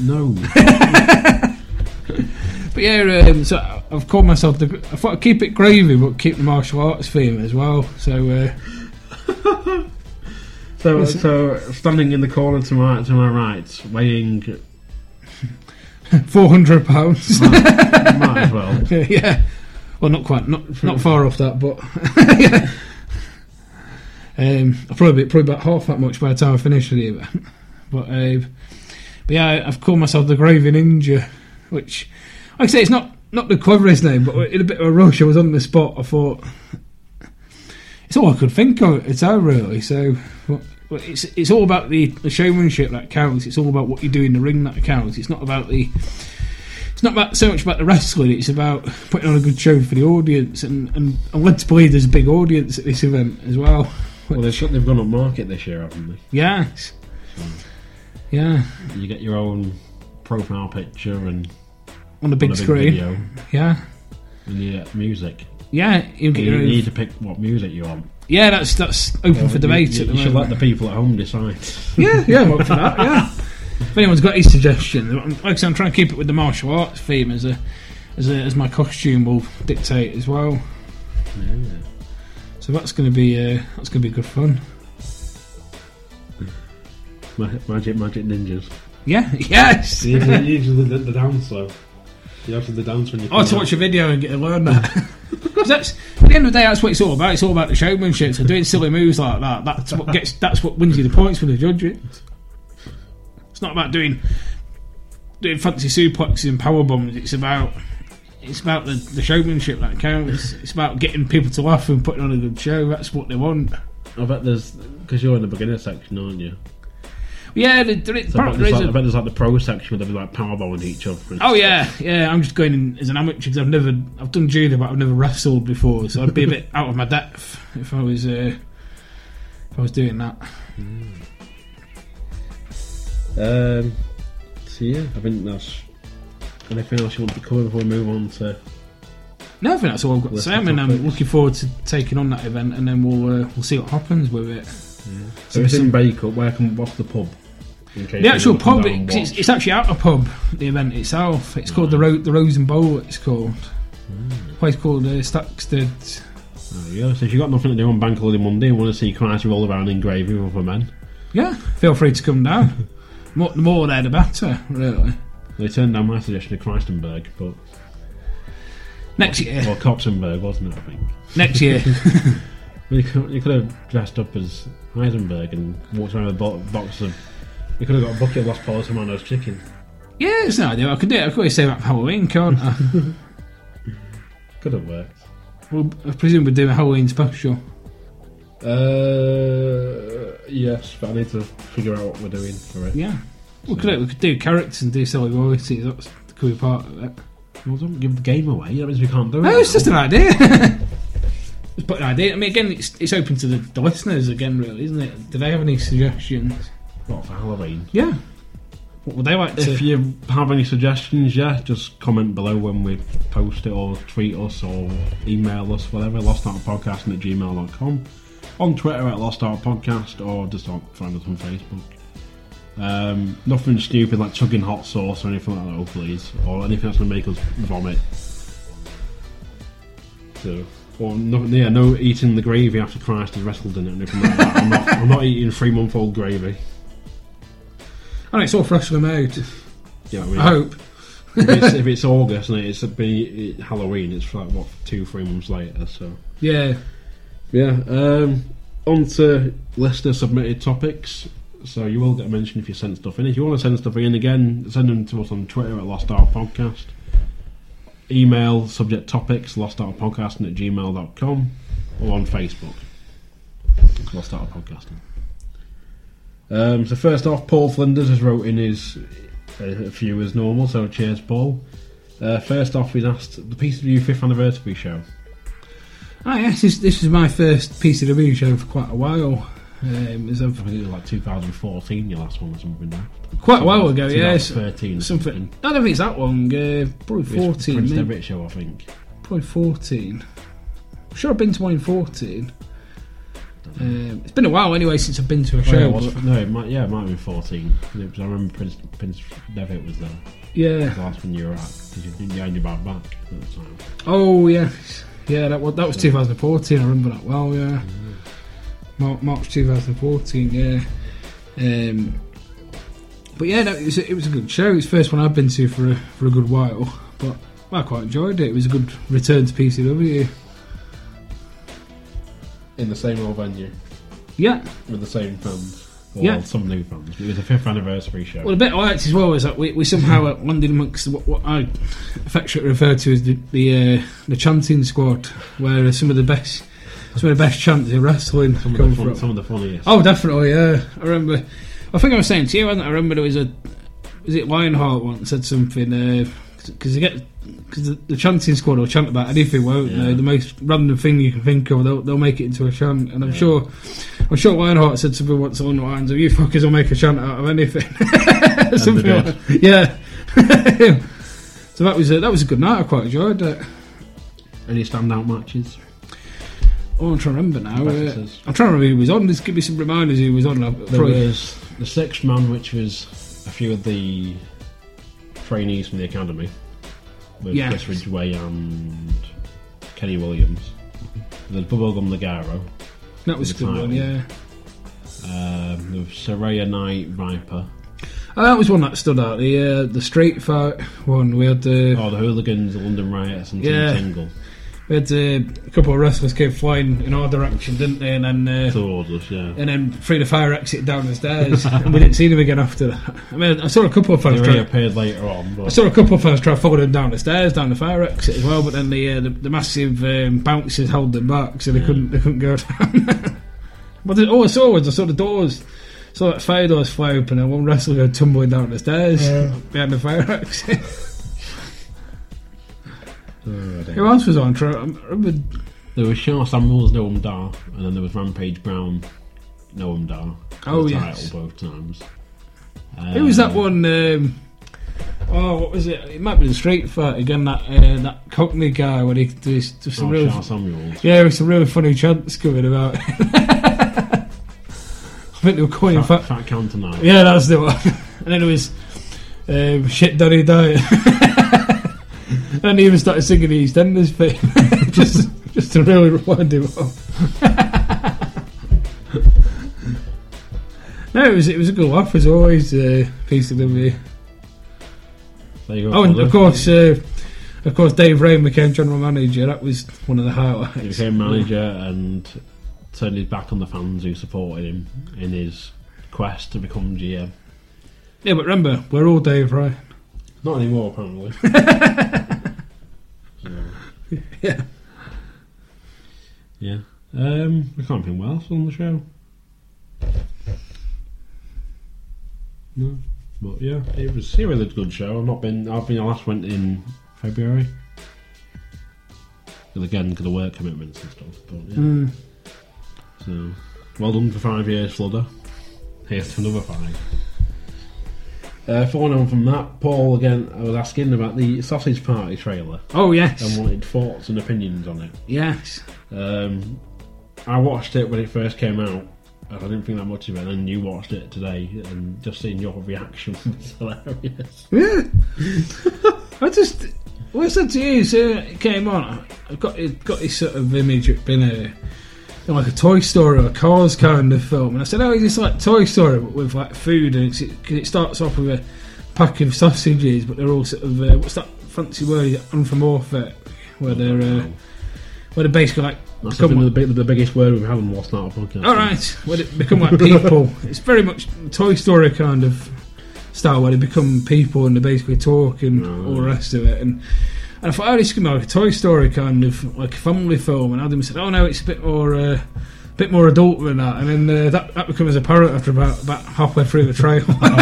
S1: No,
S2: But yeah, um, so I- I've called myself the. I thought I'd keep it gravy, but keep the martial arts theme as well. So uh,
S1: so so standing in the corner to my to my right, weighing
S2: four hundred pounds.
S1: might as well.
S2: yeah. Well, not quite, not not far off that, but yeah. Um, I'll probably be, probably about half that much by the time I finish the event. But uh, but yeah, I- I've called myself the Gravy Ninja, which like I say it's not not the cleverest name, but in a bit of a rush, I was on the spot. I thought it's all I could think of at the time, really. So. But, but it's it's all about the, the showmanship that counts. It's all about what you do in the ring that counts. It's not about the it's not about so much about the wrestling. It's about putting on a good show for the audience, and and I'm led to believe there's a big audience at this event as well.
S1: Well, they've got, they've gone up market this year, haven't they?
S2: Yes, yeah,
S1: You get your own profile picture and
S2: on the big
S1: on a
S2: screen.
S1: video,
S2: Yeah,
S1: and you get music.
S2: yeah, you'll get
S1: You
S2: your own-
S1: need to pick what music you want.
S2: yeah, that's that's open for debate.
S1: You,
S2: at
S1: you,
S2: the
S1: you should let
S2: moment.
S1: the people at home decide.
S2: Yeah, yeah, I'm up for that. Yeah. If anyone's got any suggestions, I'm- like I said, I'm trying to keep it with the martial arts theme as a as a, as my costume will dictate as well. So that's going to be uh, that's going to be good fun.
S1: Ma- Magic, magic ninjas.
S2: Yeah. Yes.
S1: usually, usually the, the dance though. You have to the dance when you.
S2: Or to watch a video and get to learn that. 'Cause that's at the end of the day, that's what it's all about. It's all about the showmanship. So doing silly moves like that, that's what gets, that's what wins you the points when the judge it. It's not about doing doing fancy suplexes and power bombs. It's about it's about the, the showmanship that counts. It's about getting people to laugh and putting on a good show. That's what they want.
S1: I bet there's because you're in the beginner section, aren't you?
S2: Yeah, there, there,
S1: So I, bet
S2: apparently
S1: there's
S2: there is
S1: like, I
S2: a-
S1: bet there's like the pro section where they're like powerballing each other. and
S2: Oh yeah, yeah. I'm just going in as an amateur because I've never, I've done judo, but I've never wrestled before, so I'd be a bit out of my depth if I was, uh, if I was doing that.
S1: Um, so yeah, I think that's. Anything else you want to cover before we move on to?
S2: No, I think that's all I've got to
S1: List
S2: say.
S1: of
S2: I mean, I'm
S1: topics.
S2: looking forward to taking on that event, and then we'll uh, we'll see what happens with it.
S1: So it's in Baker. Where can what's the pub? In case
S2: The actual
S1: anyone can
S2: pub,
S1: go and
S2: it- 'cause it's,
S1: watch. Mm.
S2: it's actually out of pub. The event itself, it's called the Ro- the Rose and Bowl. It's called a place called uh, Stackstead.
S1: There you go. Oh, So if you've got nothing to do on Bank Holiday Monday and want to see Christ roll around in gravy with other men,
S2: Yeah, feel free to come down. More, the more there, the better, really.
S1: they turned down my suggestion of Christenberg, but
S2: Next year,
S1: or Kopsenberg, wasn't it? I think.
S2: next year.
S1: You could, you could have dressed up as Heisenberg and walked around with a bo- box of. You could have got a bucket of Los Politomanos chicken.
S2: Yeah, it's an idea. I could do it. I could always say that for Halloween, can't I?
S1: Could have worked.
S2: well, I presume we're doing a Halloween special.
S1: Uh, yes, but I need to figure out what we're doing for it.
S2: Yeah. We could, we could do characters and do silly voices. That's that could be part of it.
S1: Well, don't give the game away. That means we can't do it.
S2: No, it's
S1: now.
S2: just an idea. just put an idea. I mean, again, it's, it's open to the, the listeners again, really, isn't it? Do they have any suggestions?
S1: Not for Halloween.
S2: Yeah. What would they like to?
S1: If you have any suggestions, yeah, just comment below when we post it or tweet us or email us, whatever, lostartpodcast at gmail.com. On Twitter at Lost Art Podcast or just on, find us on Facebook. Um, nothing stupid like chugging hot sauce or anything like that, oh, please. Or anything that's going to make us vomit. So, or no, yeah, no eating the gravy after Christ has wrestled in it or anything like that. I'm not, I'm not eating three month old gravy.
S2: Oh, it's all freshly made.
S1: Yeah, we-
S2: I hope.
S1: if, it's, if it's August and it's be it, Halloween, it's like what two, three months later. So
S2: Yeah.
S1: yeah, um, on to listener submitted topics. So you will get mentioned if you send stuff in. If you want to send stuff in again, send them to us on Twitter at Lost Art Podcast. Email subject topics lost art podcasting at gmail.com or on Facebook. Lost Art Podcasting. Um, so first off, Paul Flinders has wrote in his a few as normal. So cheers, Paul. Uh, first off, he's asked the PCW fifth anniversary show.
S2: Ah, yes, this, this is my first PCW show for quite a while. Um, as I've
S1: I think it was like 2014, your last one or something. Now.
S2: Quite a while ago, yeah. it's-
S1: 2013 or
S2: Something. I don't think it's that long. Uh, probably
S1: It was
S2: fourteen.
S1: Prince
S2: maybe.
S1: Devitt show, I think.
S2: Probably fourteen. I'm sure I've been to one in fourteen. Um, it's been a while anyway since I've been to a
S1: Oh, yeah,
S2: show.
S1: it was,
S2: but-
S1: no, it might, yeah, it might have been 14. Because I remember Prince, Prince Devitt was there.
S2: yeah.
S1: The last one you were at. Because you didn't you had your bad back at the time.
S2: Oh yes. Yeah. That was that was 2014. I remember that well. Yeah. Mar- March 2014. Yeah. Um, but yeah, no, it, was a, it was a good show. It's the first one I've been to for a, for a good while, but I quite enjoyed it. It was a good return to PCW.
S1: In the same old venue.
S2: Yeah.
S1: With the same fans. Well,
S2: Yeah.
S1: some new fans. It was a fifth anniversary show.
S2: Well, the bit I liked as well was that we, we somehow uh, landed amongst what, what I affectionately refer to as the the, uh, the chanting squad, where some of the best some of the best chants in wrestling
S1: some, of
S2: come
S1: the fun,
S2: from.
S1: some of the funniest.
S2: Oh, definitely. Yeah, I remember. I think I was saying to you, wasn't I? I remember there was a was it Lionheart once said something because they get because the, the chanting squad will chant about anything, won't they?
S1: Yeah.
S2: The most random thing you can think of, they'll, they'll make it into a chant. And I'm
S1: Yeah.
S2: sure, I'm sure Lionheart said something once along the lines of "You fuckers will make a chant out of anything." something,
S1: did.
S2: like, yeah. so that was a, that was a good night. I quite enjoyed it.
S1: It Any standout matches?
S2: Oh, I'm trying to remember now. Uh,
S1: Competitors.
S2: I'm trying to remember who was on. Just give me some reminders who was on. I'll
S1: There
S2: probably-
S1: was the sixth man, which was a few of the trainees from the academy, with
S2: Yeah.
S1: Chris Ridgway and Kenny Williams. There's Bubblegum Ligaro.
S2: That was a good one, yeah.
S1: Um, there was Soraya Knight Viper.
S2: Oh, that was one that stood out. The uh, the street fight one. We had the
S1: Oh, the Hooligans, the London Riots, and Team
S2: Yeah.
S1: Tingle.
S2: we had uh, a couple of wrestlers came flying in our direction, didn't they? And then uh,
S1: Towards us, yeah.
S2: and then through the fire exit down the stairs, and we didn't see them again after that. I mean, I saw a couple of
S1: They
S2: fans. Try,
S1: reappeared later on,
S2: I
S1: but
S2: saw a couple of fans try to follow them down the stairs, down the fire exit as well. But then the uh, the, the massive um, bounces held them back, so they couldn't they couldn't go down. but the, all I saw was I saw the doors. Saw that fire doors fly open and one wrestler go tumbling down the stairs behind the fire exit. Who else was on? Try- I remember
S1: there was Shah Samuels, Noam Dar, and then there was Rampage Brown, Noam Dar. for
S2: Oh,
S1: the
S2: yes.
S1: title both times.
S2: Who was that
S1: Um,
S2: one? Um, oh, what was it? It might be the Street Fight again. That uh, that Cockney guy when he there's just some
S1: Oh,
S2: real,
S1: Shah Samuels.
S2: yeah, there's some really funny chants coming about. I think they were coining
S1: Fat,
S2: fat.
S1: fat counter now.
S2: Yeah, that's the one. and then it was um, shit, Danny died. and he even started singing the EastEnders thing, just just to really remind him of. No, it was it was a good laugh as always. Uh, PCW.
S1: There you go.
S2: Oh, and
S1: fella.
S2: of course, uh, of course, Dave Rain became general manager. That was one of the
S1: He
S2: highlights.
S1: became manager and turned his back on the fans who supported him in his quest to become GM.
S2: Yeah, but remember, we're all Dave Rain.
S1: Not anymore, apparently. So,
S2: Yeah.
S1: yeah. Um, we can't pin else on the show. No, but yeah, it was it was a good show. I've not been. I've been. I last went in February. Because again, because of work commitments and stuff. But yeah.
S2: Mm.
S1: So, well done for five years, Fludder. Here's to another five. Uh, following on from that, Paul again, I was asking about the sausage party trailer
S2: Oh yes,
S1: and wanted thoughts and opinions on it.
S2: yes.
S1: Um, I watched it when it first came out. and I didn't think that much of it, and then you watched it today, and just seeing your reaction was hilarious.
S2: Yeah. I just well, I said to you, so it came on. I got it got this sort of image of it being a like a Toy Story or a Cars kind of film, and I said, oh, it's just like Toy Story but with like food, and it's, it, 'cause it starts off with a pack of sausages, but they're all sort of uh, what's that fancy word? Is it Anthropomorphic, where they're uh, where they're basically like
S1: That's
S2: become
S1: been the, big, the biggest word we've had on What's Not a Podcast.
S2: all right, where they become like people. it's very much Toy Story kind of style where they become people and they basically talk and
S1: Right.
S2: all the rest of it. And, and I thought, oh, this could be like a Toy Story kind of like a family film. And Adam said, oh no, it's a bit more. Uh, Bit more adult than that, and then uh, that, that becomes apparent after about, about halfway through the trail.
S1: Not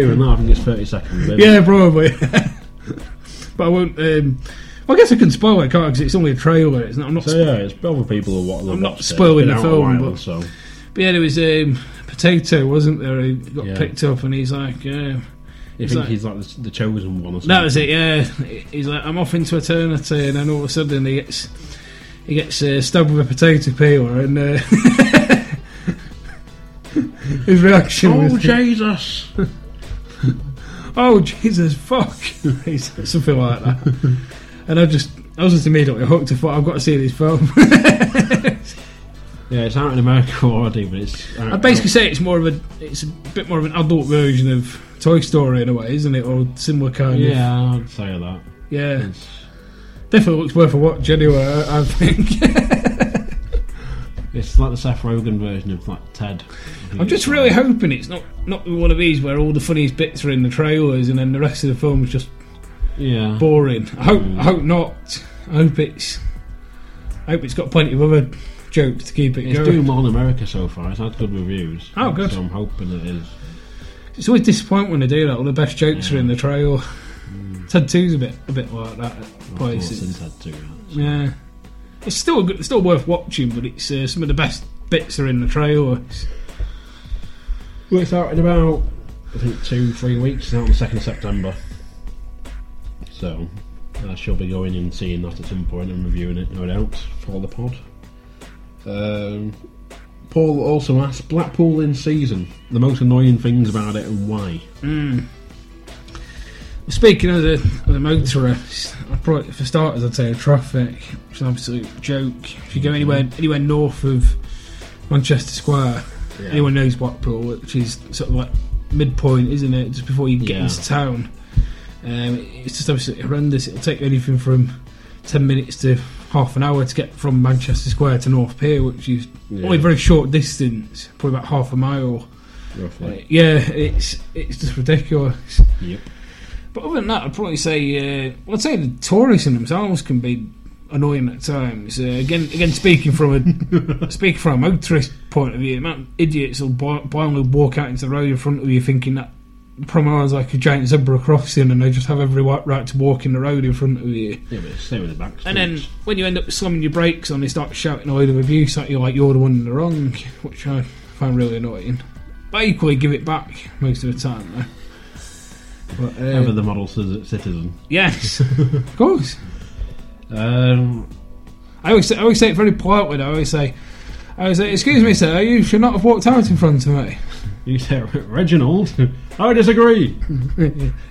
S1: even that, I think it's 30 seconds. in.
S2: yeah, probably. but I won't. Um, well, I guess I can spoil it, can't Because it's only a trailer. It's not. I'm not
S1: So yeah, it's other people who watch.
S2: I'm not spoiling the film, but-
S1: so
S2: But yeah, there was um, Potato, wasn't there? He got
S1: Yeah.
S2: picked up and he's like, uh,
S1: You
S2: It's
S1: think
S2: like-
S1: he's like the, the chosen one or something?
S2: that was it, yeah. He's like, I'm off into eternity. And then all of a sudden he gets he gets uh, stabbed with a potato peeler and uh, his reaction
S1: Oh
S2: was,
S1: Jesus!
S2: oh, Jesus, fuck. He said Something like that. and I just, I was just immediately hooked. I thought, I've got to see this film.
S1: yeah, it's out in America already, but it's. Out,
S2: I'd basically say it's more of a, it's a bit more of an adult version of Toy Story in a way, isn't it? Or similar kind of.
S1: Yeah, I'd say that.
S2: Yeah.
S1: It's,
S2: Definitely looks worth a watch anyway, I, I think.
S1: it's like the Seth Rogen version of like Ted. I think
S2: I'm just
S1: it's-
S2: really hoping it's not, not one of these where all the funniest bits are in the trailers and then the rest of the film is just
S1: Yeah.
S2: boring. I hope I hope not. I hope it's I hope it's got plenty of other jokes to keep it
S1: it's
S2: going.
S1: doing well in America so far. It's had good reviews.
S2: Oh, good.
S1: So I'm hoping it is.
S2: It's always disappointing when they do that. All the best jokes are in the trailer.
S1: Hmm.
S2: Ted Two's a bit a bit like that at places.
S1: Since had two.
S2: Yeah, it's still good, it's still worth watching, but it's uh, some of the best bits are in the trailer.
S1: Well, it's out in about I think two, three weeks. It's out on the second of September. So I shall be going and seeing that at some point and reviewing it, no doubt, for the pod. Um, Paul also asks Blackpool in season, the most annoying things about it and why.
S2: Speaking as a, as a motorist, I'd probably, for starters, I'd say traffic, which is an absolute joke. If you go anywhere anywhere north of Manchester Square,
S1: Yeah.
S2: anyone knows Blackpool, which is sort of like midpoint, isn't it? Just before you get
S1: Yeah.
S2: into town. Um, it's just absolutely horrendous. It'll take you anything from 10 minutes to half an hour to get from Manchester Square to North Pier, which is
S1: Yeah.
S2: only a very short distance, probably about half a mile.
S1: Roughly.
S2: Yeah, it's, it's just ridiculous.
S1: Yep.
S2: But other than that, I'd probably say, uh, well, I'd say the tourists in themselves can be annoying at times. Uh, again, again, speaking from a speaking from a motorist point of view, the amount of idiots will bl- blindly walk out into the road in front of you, thinking that promenade is like a giant zebra crossing, and they just have every wi- right to walk in the road in front of you.
S1: Yeah, but it's same with the back.
S2: And then
S1: streets.
S2: when you end up slamming your brakes on, they start shouting a load of abuse at you, like you're the one in the wrong, which I find really annoying. But I equally, give it back most of the time. Though. But, uh,
S1: However, the model says it's citizen.
S2: Yes, of course.
S1: Um,
S2: I always, say, I always say it very politely. Though. I always say, I always say, excuse me, sir, you should not have walked out in front of me.
S1: you said Reginald. I disagree.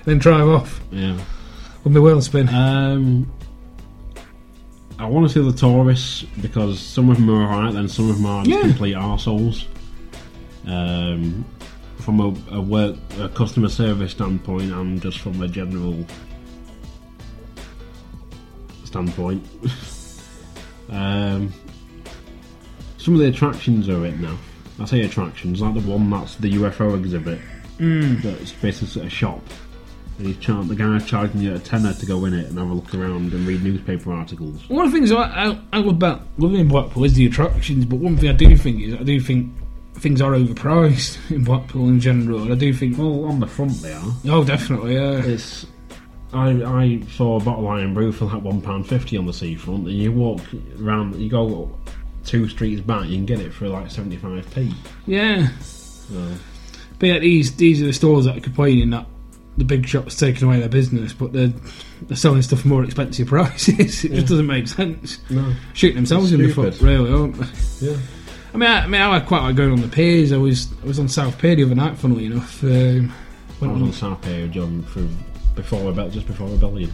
S2: then drive off
S1: Yeah.
S2: with my wheel spin.
S1: Um, I want to see the tourists because some of them are alright, then some of them are just
S2: Yeah.
S1: complete arseholes. Um, from a, a work, a customer service standpoint, and just from a general standpoint. um, some of the attractions are it now. I say attractions, like the one that's the UFO exhibit. That's basically a shop. And he's char- the guy's charging you a tenner to go in it and have a look around and read newspaper articles.
S2: One of the things I, I, I love about living in Blackpool is the attractions, but one thing I do think is I do think things are overpriced in Blackpool in general. And I do think,
S1: Well, on the front they are.
S2: oh, definitely, yeah.
S1: It's I I saw a bottle of iron brew for like one pound fifty on the seafront, and you walk round, you go two streets back, you can get it for like seventy five p.
S2: Yeah. But yeah, these these are the stores that are complaining that the big shops taking away their business, but they're they're selling stuff for more expensive prices. it just doesn't make sense.
S1: No,
S2: Shooting themselves in the foot,
S1: Stupid.
S2: really, aren't they?
S1: yeah,
S2: I mean, I, I mean, I quite like going on the piers. I was I was on South Pier the other night, funnily enough. Um,
S1: I
S2: went
S1: was on
S2: on
S1: South Pier, John, for before rebel, just before rebellion.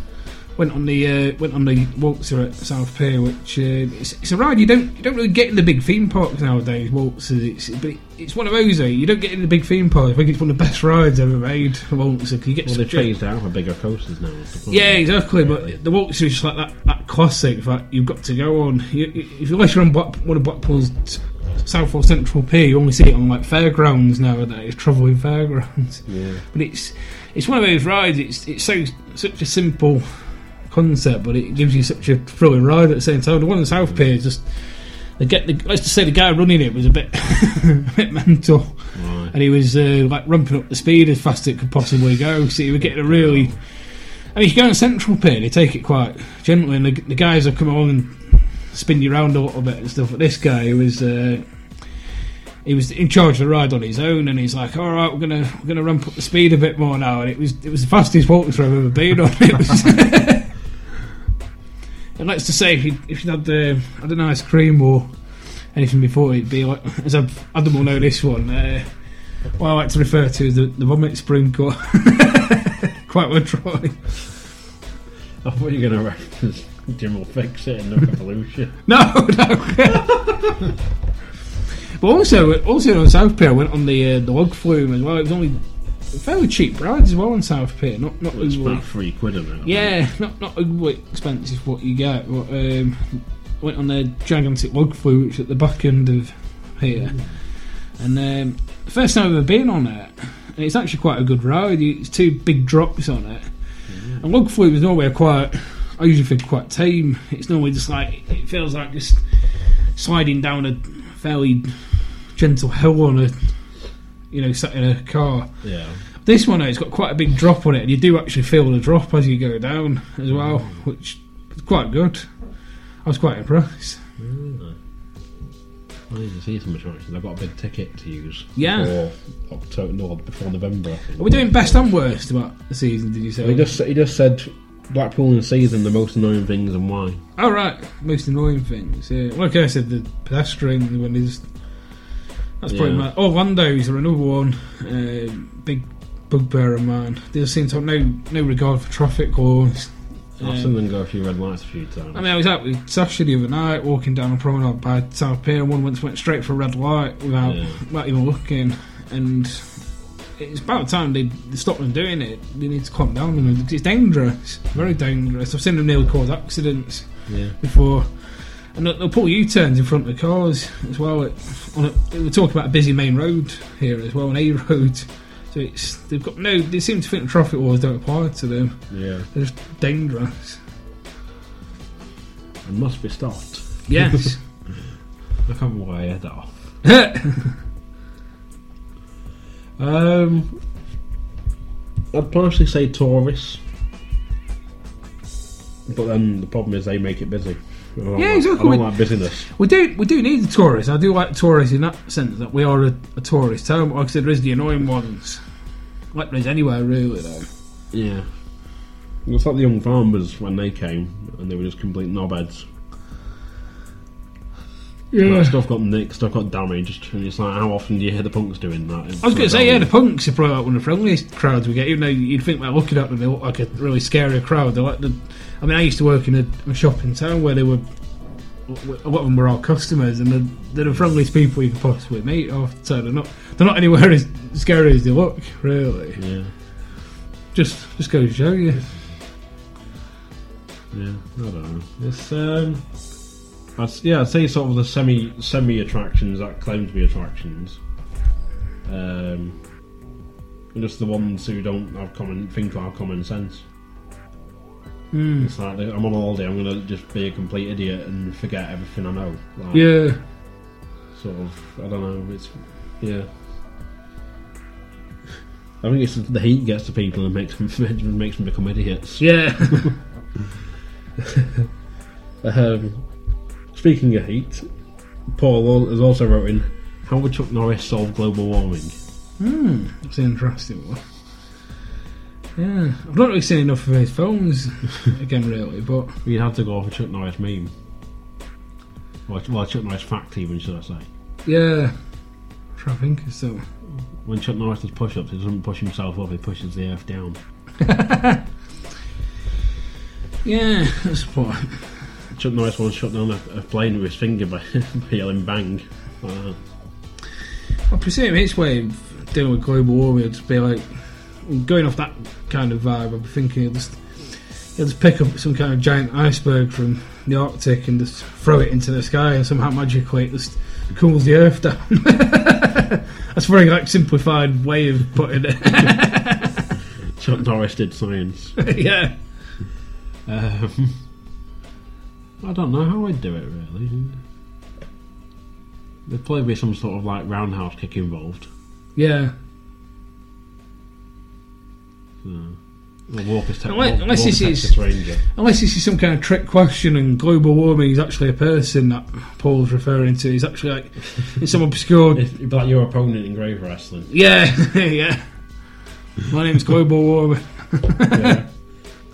S2: went on the uh, went on the waltzer at South Pier, which uh, it's, it's a ride you don't you don't really get in the big theme parks nowadays. Waltzers, it's, but it, it's one of those. Eh? You don't get in the big theme parks. I think it's one of the best rides ever made. Waltzer, 'cause you get
S1: Well, they've
S2: such a-
S1: phased out for bigger coasters now. is the point.
S2: Yeah, exactly.
S1: Really.
S2: But the walkthrough is just like that, that classic that you've got to go on. You, you, if unless you're on Black, one of Blackpool's t- South or Central Pier, you only see it on like fairgrounds nowadays, travelling fairgrounds.
S1: yeah.
S2: But it's it's one of those rides. It's it's so such a simple concept, but it gives you such a thrilling ride at the same time. The one on South Pier is just. They get the, let's just say the guy running it was a bit, a bit mental,
S1: Right.
S2: and he was uh, like ramping up the speed as fast as it could possibly go. So you were getting a really I mean, if you go on Central Pier, they take it quite gently, and the, the guys will come along and spin you around a little bit and stuff. But this guy he was uh, he was in charge of the ride on his own, and he's like, "All right, we're gonna we're gonna ramp up the speed a bit more now." And it was it was the fastest walking through I've ever been on. It was. and let's just say if you if you had the I don't know ice cream or anything before, it'd be like as I've I don't know this one. Uh, what I like to refer to as the, the vomit sprinkle. Quite literally.
S1: I thought you were going to reference Jim will fix it in the revolution.
S2: No, no. but also, also on South Pier, I went on the uh, the log flume as well. It was only fairly cheap rides as well on South Pier. Not not
S1: It's
S2: overly-
S1: about three quid in it.
S2: yeah, not not overly expensive what you get. But um, went on the gigantic log flume, which is at the back end of here, and um, the first time I've ever been on it. And it's actually quite a good ride. You- It's two big drops on it. And log flume is normally a quite. I usually think quite tame. It's normally just like it feels like just sliding down a fairly gentle hill on a you know sat in a car.
S1: Yeah.
S2: This one, though, it's got quite a big drop on it, and you do actually feel the drop as you go down as well, which is quite good. I was quite impressed.
S1: I need to see some attractions. I've got a big ticket to use.
S2: Yeah.
S1: Before October, no, before November. I think.
S2: Are we doing best and worst about the season? Did you say?
S1: He just he just said Blackpool in the season the most annoying things and why?
S2: All right, most annoying things. Yeah. Like I said, the pedestrian one is. That's probably
S1: Yeah.
S2: my. oh, Orlando's are another one. Uh, big bugbear of mine. They just seem to have no no regard for traffic laws.
S1: I've
S2: Um,
S1: seen them go through red lights a few times.
S2: I mean, I was out with Sasha the other night, walking down a promenade by South Pier, and one once went straight for a red light without,
S1: Yeah.
S2: without even looking. And it's about time they, they stopped them doing it. They need to calm down. You know, 'cause it's dangerous, very dangerous. I've seen them nearly cause accidents
S1: yeah.
S2: before. And they'll, they'll pull U-turns in front of cars as well. It, on a, we're talking about a busy main road here as well, an A road. So it's they've got no. They seem to think the traffic laws don't apply to them.
S1: Yeah.
S2: They're just dangerous.
S1: It must be stopped.
S2: Yes.
S1: I can't remember why I had that off. Um, I'd partially say tourists, but then the problem is they make it busy. I don't
S2: Yeah,
S1: like-
S2: exactly.
S1: I don't like busyness.
S2: We do we do need the tourists. I do like tourists in that sense that we are a, a tourist town. But like I said, there is the annoying ones. Like there is anywhere really though.
S1: Yeah. It's like the young farmers when they came and they were just complete knobheads.
S2: Mm.
S1: Like, stuff got nicked, stuff got damaged, and it's like, how often do you hear the punks doing that?
S2: I was going to say, yeah, the punks are probably like one of the friendliest crowds we get. Even though you'd think by looking at them, they look like a really scary crowd. They're like the, I mean, I used to work in a, a shop in town where they were, a lot of them were our customers, and they're, they're the friendliest people you could possibly meet. After so they're not, they're not anywhere as scary as they look, really.
S1: Yeah,
S2: Just, just goes to show you.
S1: yeah, I don't know. It's, um, I'd, s- yeah, I'd say sort of the semi semi attractions that claim to be attractions. Um, and just the ones who don't have common think of common sense.
S2: Hmm.
S1: It's like I'm on holiday, I'm gonna just be a complete idiot and forget everything I know. Like,
S2: Yeah.
S1: sort of. I don't know. It's yeah. I think it's the heat gets to people and makes them makes them become idiots.
S2: Yeah.
S1: Um, speaking of heat, Paul al- has also wrote in: How would Chuck Norris solve global warming?
S2: Hmm, that's an interesting one. Yeah, I've not really seen enough of his films again, really. But
S1: You'd have to go off a Chuck Norris meme, or well, a Chuck Norris fact, even should I say?
S2: yeah, i trying to think of some.
S1: When Chuck Norris does push-ups, he doesn't push himself up; he pushes the earth down.
S2: Yeah, that's the point.
S1: Chuck Norris once shut down a, a plane with his finger by, by yelling "bang." Uh, Like that.
S2: I presume his way of dealing with global warming would be like going off that kind of vibe. I'd be thinking he'll just he'll just pick up some kind of giant iceberg from the Arctic and just throw it into the sky, and somehow magically it just cools the Earth down. that's a very like simplified way of putting it.
S1: Chuck Norris did science.
S2: yeah.
S1: Um, I don't know how I'd do it really. There'd probably be some sort of like roundhouse kick involved.
S2: Yeah.
S1: So. Or Walker's te-
S2: Unless-
S1: Walk-
S2: unless
S1: Walker,
S2: this is-
S1: Texas Ranger.
S2: Unless this is some kind of trick question and global warming is actually a person that Paul's referring to. He's actually like in some obscure.
S1: If, like your opponent in Grave Wrestling.
S2: Yeah, yeah. My name's Global Warming.
S1: Yeah. uh,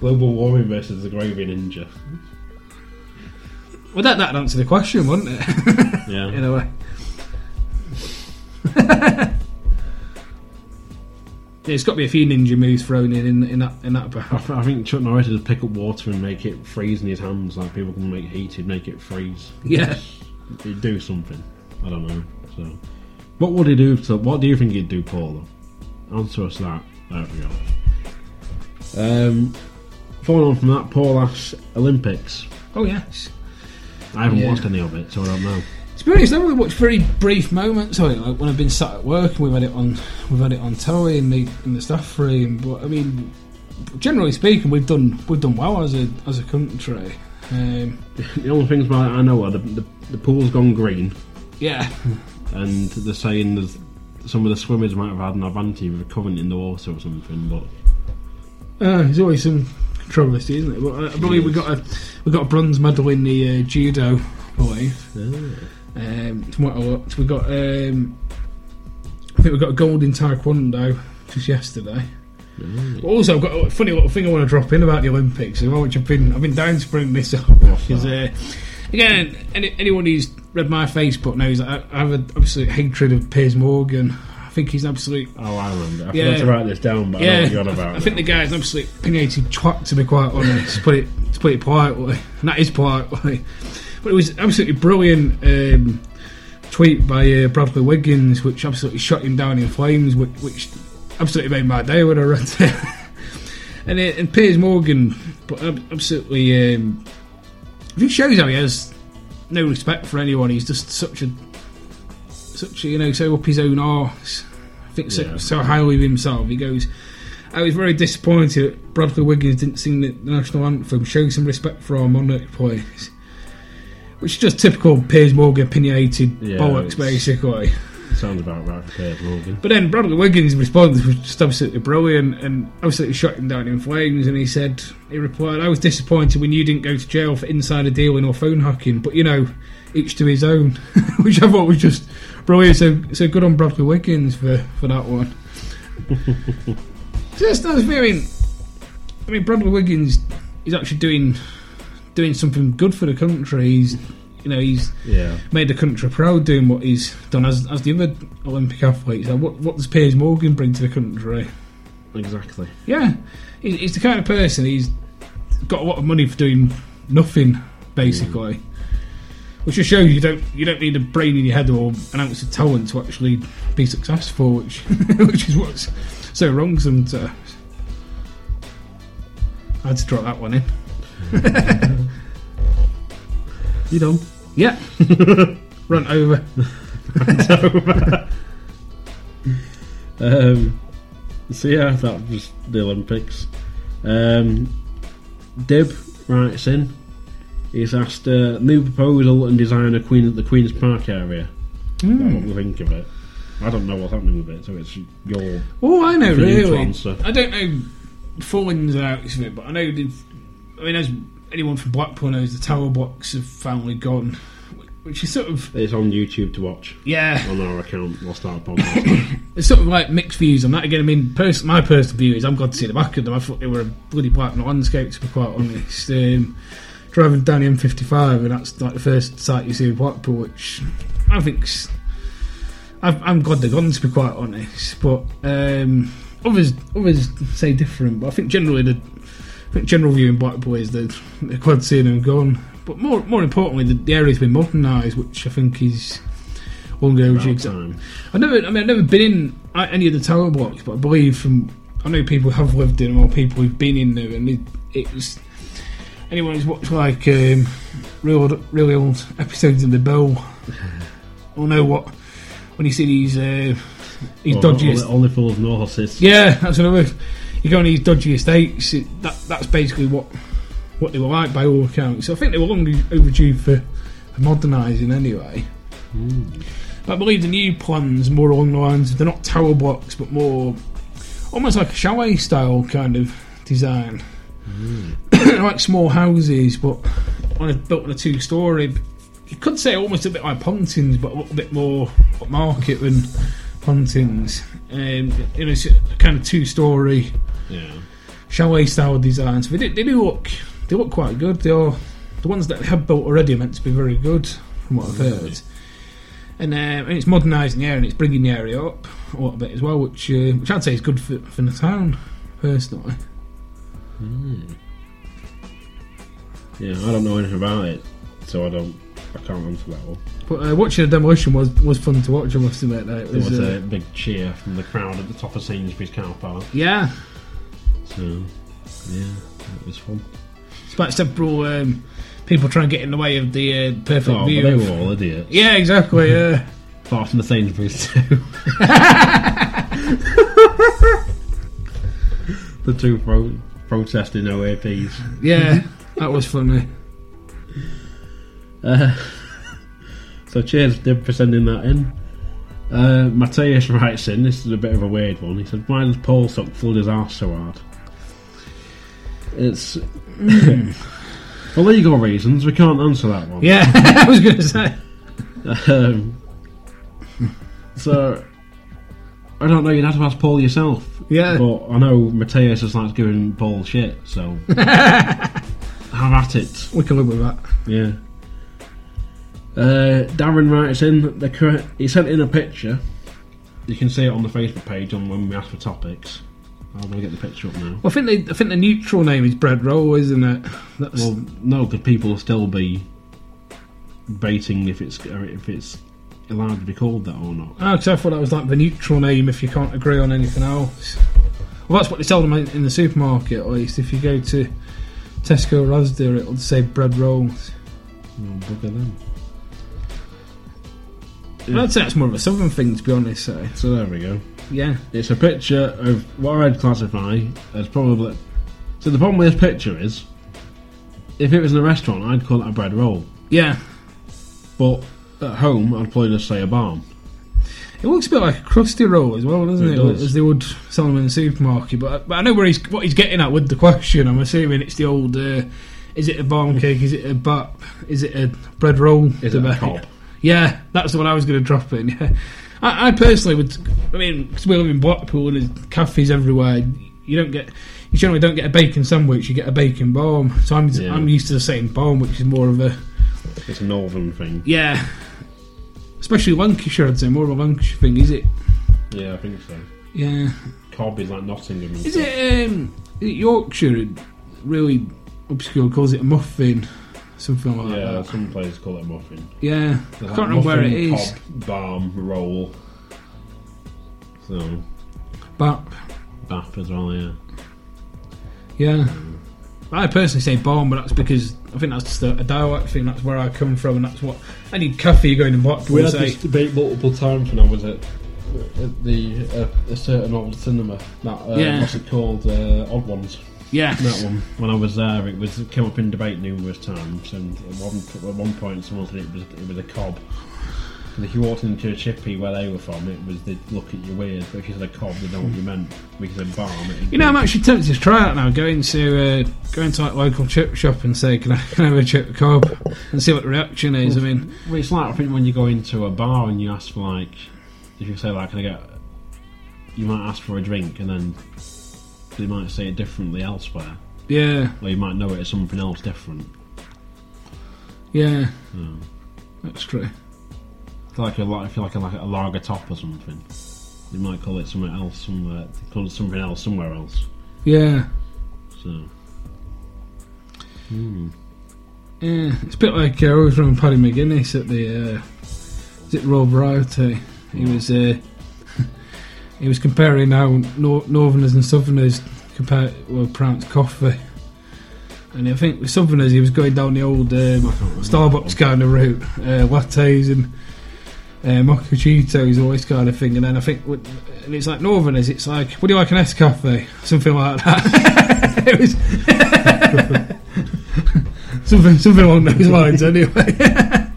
S1: Global warming versus the Gravy Ninja.
S2: Well, that, that'd answer the question, wouldn't it?
S1: Yeah.
S2: in a way. yeah, it's got to be a few ninja moves thrown in in, in that in that
S1: I,
S2: battle.
S1: th- I think Chuck Norris would just pick up water and make it freeze in his hands, like people can make heat, he'd make it freeze.
S2: Yeah.
S1: He'd do something. I don't know. So, what would he do? To, what do you think he'd do, Paul? though? Answer us that. There we go. Um, following on from that, Paul asks Olympics.
S2: Oh yes.
S1: I haven't
S2: Yeah.
S1: watched any of it, so I don't know.
S2: To be honest, I only watched very brief moments of it. Like when I've been sat at work, and we've had it on, we've had it on telly in the in the staff room. But I mean, generally speaking, we've done we've done well as a as a country. Um,
S1: the only things about it I know are the, the, the pool's gone green,
S2: yeah,
S1: and they're saying there's some of the swimmers might have had an advantage with a current in the water or something, but
S2: uh, there's always some controversy, isn't it? But uh, I, I believe we got a we got a bronze medal in the uh, judo, I believe. Um, from what I looked, we got um, I think we got a gold in taekwondo just yesterday. But also, I've got a funny little thing I want to drop in about the Olympics, which I've been I've been dying to bring this up. Because uh, again, any, anyone who's read my Facebook knows that I, I have an absolute hatred of Piers Morgan. I think he's an absolute
S1: Oh, I remember. I
S2: Yeah.
S1: forgot to write this down, but I know what you're on about.
S2: I think the guy's an absolute pinnated twat, to be quite honest. to put it to put it politely, and that is politely. But it was absolutely brilliant um, tweet by uh, Bradley Wiggins, which absolutely shot him down in flames, which, which absolutely made my day when I read it. and, uh, and Piers Morgan, but ab- absolutely, um, it just shows how he has no respect for anyone. He's just such a such a, you know so up his own arse. I think so,
S1: Yeah.
S2: so highly of himself. He goes, I was very disappointed that Bradley Wiggins didn't sing the national anthem, showing some respect for our monarch players. Which is just typical Piers Morgan opinionated
S1: Yeah,
S2: bollocks,
S1: it's-
S2: basically.
S1: Sounds about right for Piers Morgan.
S2: But then Bradley Wiggins' response was just absolutely brilliant and absolutely shot him down in flames. And he said, he replied, I was disappointed when you didn't go to jail for insider dealing or phone hacking, but you know, each to his own, which I thought was just brilliant. So, so good on Bradley Wiggins for, for that one. just, I was feeling, I mean, Bradley Wiggins is actually doing doing something good for the country. He's, you know, he's
S1: Yeah.
S2: made the country proud doing what he's done as, as the other Olympic athletes. Like, what, what does Piers Morgan bring to the country?
S1: Exactly.
S2: Yeah, he- he's the kind of person he's got a lot of money for doing nothing, basically. Which just shows you don't you don't need a brain in your head or an ounce of talent to actually be successful, which which is what's so wrong sometimes. I had to drop that one in.
S1: You done?
S2: Yeah, run over.
S1: Um, so yeah, that was the Olympics. Um, Dib writes in. He's asked uh, new proposal and design of Queen the Queen's Park area. That's
S2: Hmm.
S1: What we think of it? I don't know what's happening with it, so it's your
S2: Oh, I know,
S1: For you to
S2: really.
S1: answer.
S2: I don't know full ins and outs of it, but I know. they've- I mean, as anyone from Blackpool knows, the tower blocks have finally gone, wh- which is sort of
S1: it's on YouTube to watch
S2: yeah,
S1: on our account. We'll start a podcast.
S2: it's sort of like mixed views on that. Again, I mean, pers- my personal view is I'm glad to see the back of them. I thought they were a bloody black and landscape, to be quite honest. Um, driving down the M55, and that's like the first sight you see of Blackpool, which I think's. I've, I'm glad they're gone, to be quite honest. But um, others others say different. But I think generally the I think general view in Blackpool is that they're glad seeing them gone. But more more importantly, the, the area's been modernised, which I think is one of the
S1: About
S2: OG exa-
S1: time.
S2: I've never, I mean, I've never been in uh, any of the tower blocks, but I believe from I know people have lived in them or people who've been in them, and it, it was anyone who's watched like um, real old, real old episodes of The Bell will know what when you see these uh, these
S1: Or-
S2: dodgy.
S1: only, only full of horses.
S2: Yeah, that's another. You go on these dodgy estates. It, that that's basically what what they were like by all accounts. So I think they were long overdue for, for modernising anyway. But I believe the new plans more along the lines of they're not tower blocks, but more almost like a chalet style kind of design, like small houses, but on a, built on a two story. You could say almost a bit like Pontins, but a little bit more upmarket than Pontins. Um, you know, it's a kind of two story
S1: Yeah.
S2: chalet style designs. They do, they do look they look quite good. They are the ones that they have built already are meant to be very good, from what I've heard. And, uh, and it's modernising the area and it's bringing the area up a little bit as well, which uh, which I'd say is good for, for the town personally.
S1: Yeah, I don't know anything about it, so I don't. I can't answer that one.
S2: But uh, watching the demolition was, was fun to watch. I must admit that it
S1: There
S2: was.
S1: was
S2: Uh,
S1: a big cheer from the crowd at the top of Sainsbury's car park.
S2: yeah,
S1: So, yeah, it was fun.
S2: despite several um, people trying to get in the way of the uh, perfect
S1: Oh, but
S2: view.
S1: they
S2: of-
S1: were all idiots.
S2: yeah, exactly. Yeah.
S1: Apart from the Sainsbury's too. the two pro- protesting OAPs.
S2: yeah, Mm-hmm. that was funny.
S1: So cheers, Dib, for sending that in. Uh, Mateus writes in, this is a bit of a weird one. He said, Why does Paul suck flood his arse so hard? It's. for legal reasons, we can't answer that one.
S2: Yeah, I was going to say.
S1: Um, so, I don't know. You'd have to ask Paul yourself.
S2: Yeah.
S1: But I know Mateus just likes giving Paul shit, so have at it.
S2: We can live with that.
S1: Yeah. Uh, Darren writes in that the cor- he sent in a picture. You can see it on the Facebook page on when we ask for topics. I'm gonna get the picture up now.
S2: Well, I think they, I think the neutral name is bread roll, isn't it? That's
S1: Well, no, because people will still be baiting if it's if it's allowed to be called that or not.
S2: Oh, 'cause I thought that was like the neutral name if you can't agree on anything else. Well, that's what they sell them in in the supermarket, at least. If you go to Tesco or Asda, it'll say bread rolls.
S1: Well, bugger them.
S2: But I'd say that's more of a southern thing, to be honest. So,
S1: So there we go.
S2: yeah.
S1: It's a picture of what I'd classify as probably. So the problem with this picture is, if it was in a restaurant, I'd call it a bread roll.
S2: Yeah.
S1: But at home, I'd probably just say a barm.
S2: It looks a bit like a crusty roll as well, doesn't
S1: It
S2: it?
S1: does.
S2: As they would sell them in the supermarket. But, but I know where he's what he's getting at with the question. I'm assuming it's the old uh, is it a barn cake? Is it a bat? Is it a bread roll?
S1: Is it a
S2: debate?
S1: cob?
S2: Yeah, that's what I was going to drop in. Yeah, I, I personally would. I mean, 'cause we live in Blackpool and there's cafes everywhere. You don't get. You generally don't get a bacon sandwich. You get a bacon bomb. So I'm
S1: Yeah.
S2: I'm used to the same bomb, which is more of a
S1: It's a northern thing.
S2: yeah. Especially Lancashire, I'd say more of a Lancashire thing. Is it?
S1: Yeah, I think so.
S2: Yeah.
S1: Cobb is like Nottingham. and
S2: Is
S1: stuff.
S2: it um, Yorkshire? Really obscure calls it a muffin, something like
S1: Yeah,
S2: that.
S1: some places call it a muffin.
S2: Yeah, I
S1: There's like
S2: can't remember where it
S1: muffin, Cob,
S2: is.
S1: barm, roll. So,
S2: But
S1: BAP as well, yeah.
S2: yeah, I personally say barn, but that's because I think that's just a, a dialect thing. That's where I come from, and that's what any cafe you're going in Blackpool.
S1: We had
S2: say,
S1: this debate multiple times when I was at at the uh, a certain old cinema. That uh,
S2: Yeah.
S1: what's it called? Uh, Odd Ones.
S2: yeah,
S1: That one. When I was there, it was it came up in debate numerous times, and at one, at one point someone said it was it was a cob. And if you walked into a chippy where they were from, it was they'd look at you weird. But if you said a cob, they know what you meant. We said barn. it'd
S2: You know,
S1: be-
S2: I'm actually tempted to try that now. Going to uh, going to like local chip shop and say, "Can I, can I have a chip cob?" and see what the reaction is. I mean,
S1: Well, it's like I think when you go into a bar and you ask for like, if you say like, can I get, you might ask for a drink and then they might say it differently elsewhere,
S2: yeah,
S1: or you might know it as something else different.
S2: yeah,
S1: Hmm.
S2: that's true.
S1: It's like a like, if you like a, like a lager top or something, they might call it something else somewhere. They call it something else somewhere else.
S2: Yeah.
S1: So
S2: Yeah, it's a bit like uh, I always remember Paddy McGuinness at the uh, is it Raw Variety. He was uh, he was comparing how nor- Northerners and Southerners compare well pronounce coffee, and I think with Southerners he was going down the old um, Starbucks kind of route, uh, lattes and uh, mochachitos, all this kind of thing. And then I think with- and it's like Northerners, it's like, would you like an S coffee, something like that. it was something something along those lines anyway.
S1: that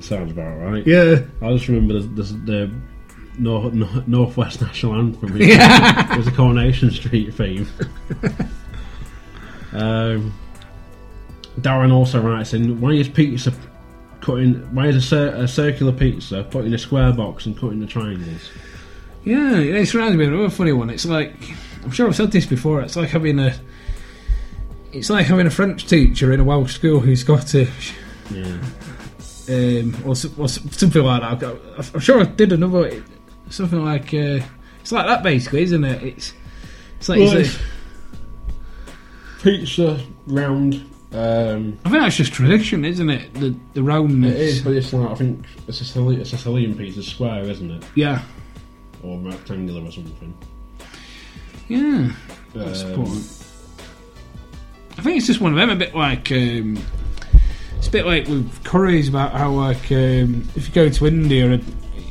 S1: sounds about right.
S2: yeah.
S1: I just remember the the, the North, North, Northwest National Anthem.
S2: Yeah.
S1: it was a Coronation Street theme. um, Darren also writes in: Why is pizza cutting? Why is a, cir- a circular pizza put in a square box and cut into triangles?
S2: Yeah, you know, it's reminds me of another funny one. It's like I'm sure I've said this before. It's like having a, it's like having a French teacher in a Welsh school who's Scottish,
S1: Yeah,
S2: um, or, so- or so- something like that. I've got- I'm- I'm sure I did another something like uh, it's like that basically, isn't it? It's it's like
S1: Well,
S2: it's a-
S1: it's- pizza round. Um,
S2: I think that's just tradition, isn't it? The the roundness.
S1: it is, but it's like I think a Sicilian, a Sicilian pizza square, isn't it,
S2: Yeah,
S1: or rectangular or something?
S2: yeah. That's the
S1: Um,
S2: point. I think it's just one of them. A bit like um, it's a bit like with curries about how like um, if you go to India, it-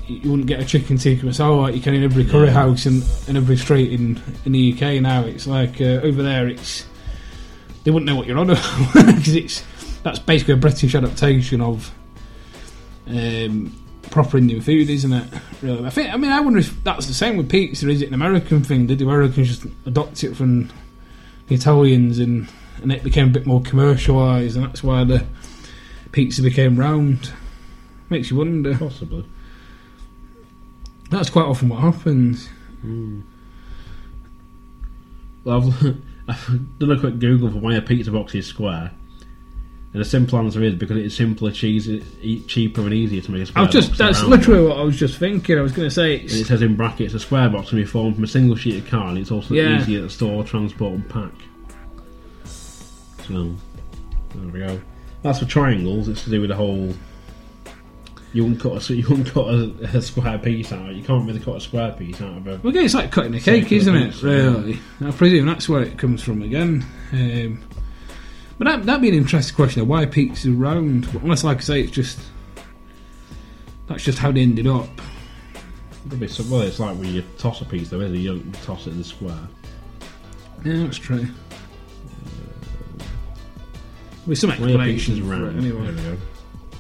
S2: you wouldn't get a chicken tikka masala like you can in every curry
S1: Yeah.
S2: house and in every street in in the UK. Now it's like uh, over there, it's they wouldn't know what you're on because it's that's basically a British adaptation of um, proper Indian food, isn't it? Really, I think. I mean, I wonder if that's the same with pizza. Is it an American thing? Did the Americans just adopt it from the Italians, and and it became a bit more commercialised, and that's why the pizza became round? Makes you wonder.
S1: Possibly.
S2: That's quite often what happens.
S1: Well, I've, I've done a quick Google for why a pizza box is square. And the simple answer is because it's simpler, cheese, e- cheaper, and easier to make a
S2: I
S1: square
S2: was just
S1: box
S2: that's
S1: around.
S2: literally what I was just thinking. I was going to say it's,
S1: And it says in brackets, a square box can be formed from a single sheet of card, and it's also
S2: Yeah.
S1: easier to store, transport, and pack. So, there we go. That's for triangles. It's to do with the whole. You wouldn't cut a you wouldn't cut a, a square piece out. You can't really cut a square piece out of a.
S2: Well, again, it's like cutting a cake,
S1: Circular
S2: isn't it?
S1: pizza,
S2: Really, I presume that's where it comes from again. Um, but that that'd be an interesting question: of why pizza round? Unless, like I say, it's just that's just how they ended up.
S1: It'd be some- well, it's like when you toss a piece, though, isn't it? You don't toss it in a square.
S2: Yeah, that's true. With some
S1: Why are pizzas
S2: explanation for
S1: round?
S2: it,
S1: There
S2: anyway.
S1: we go.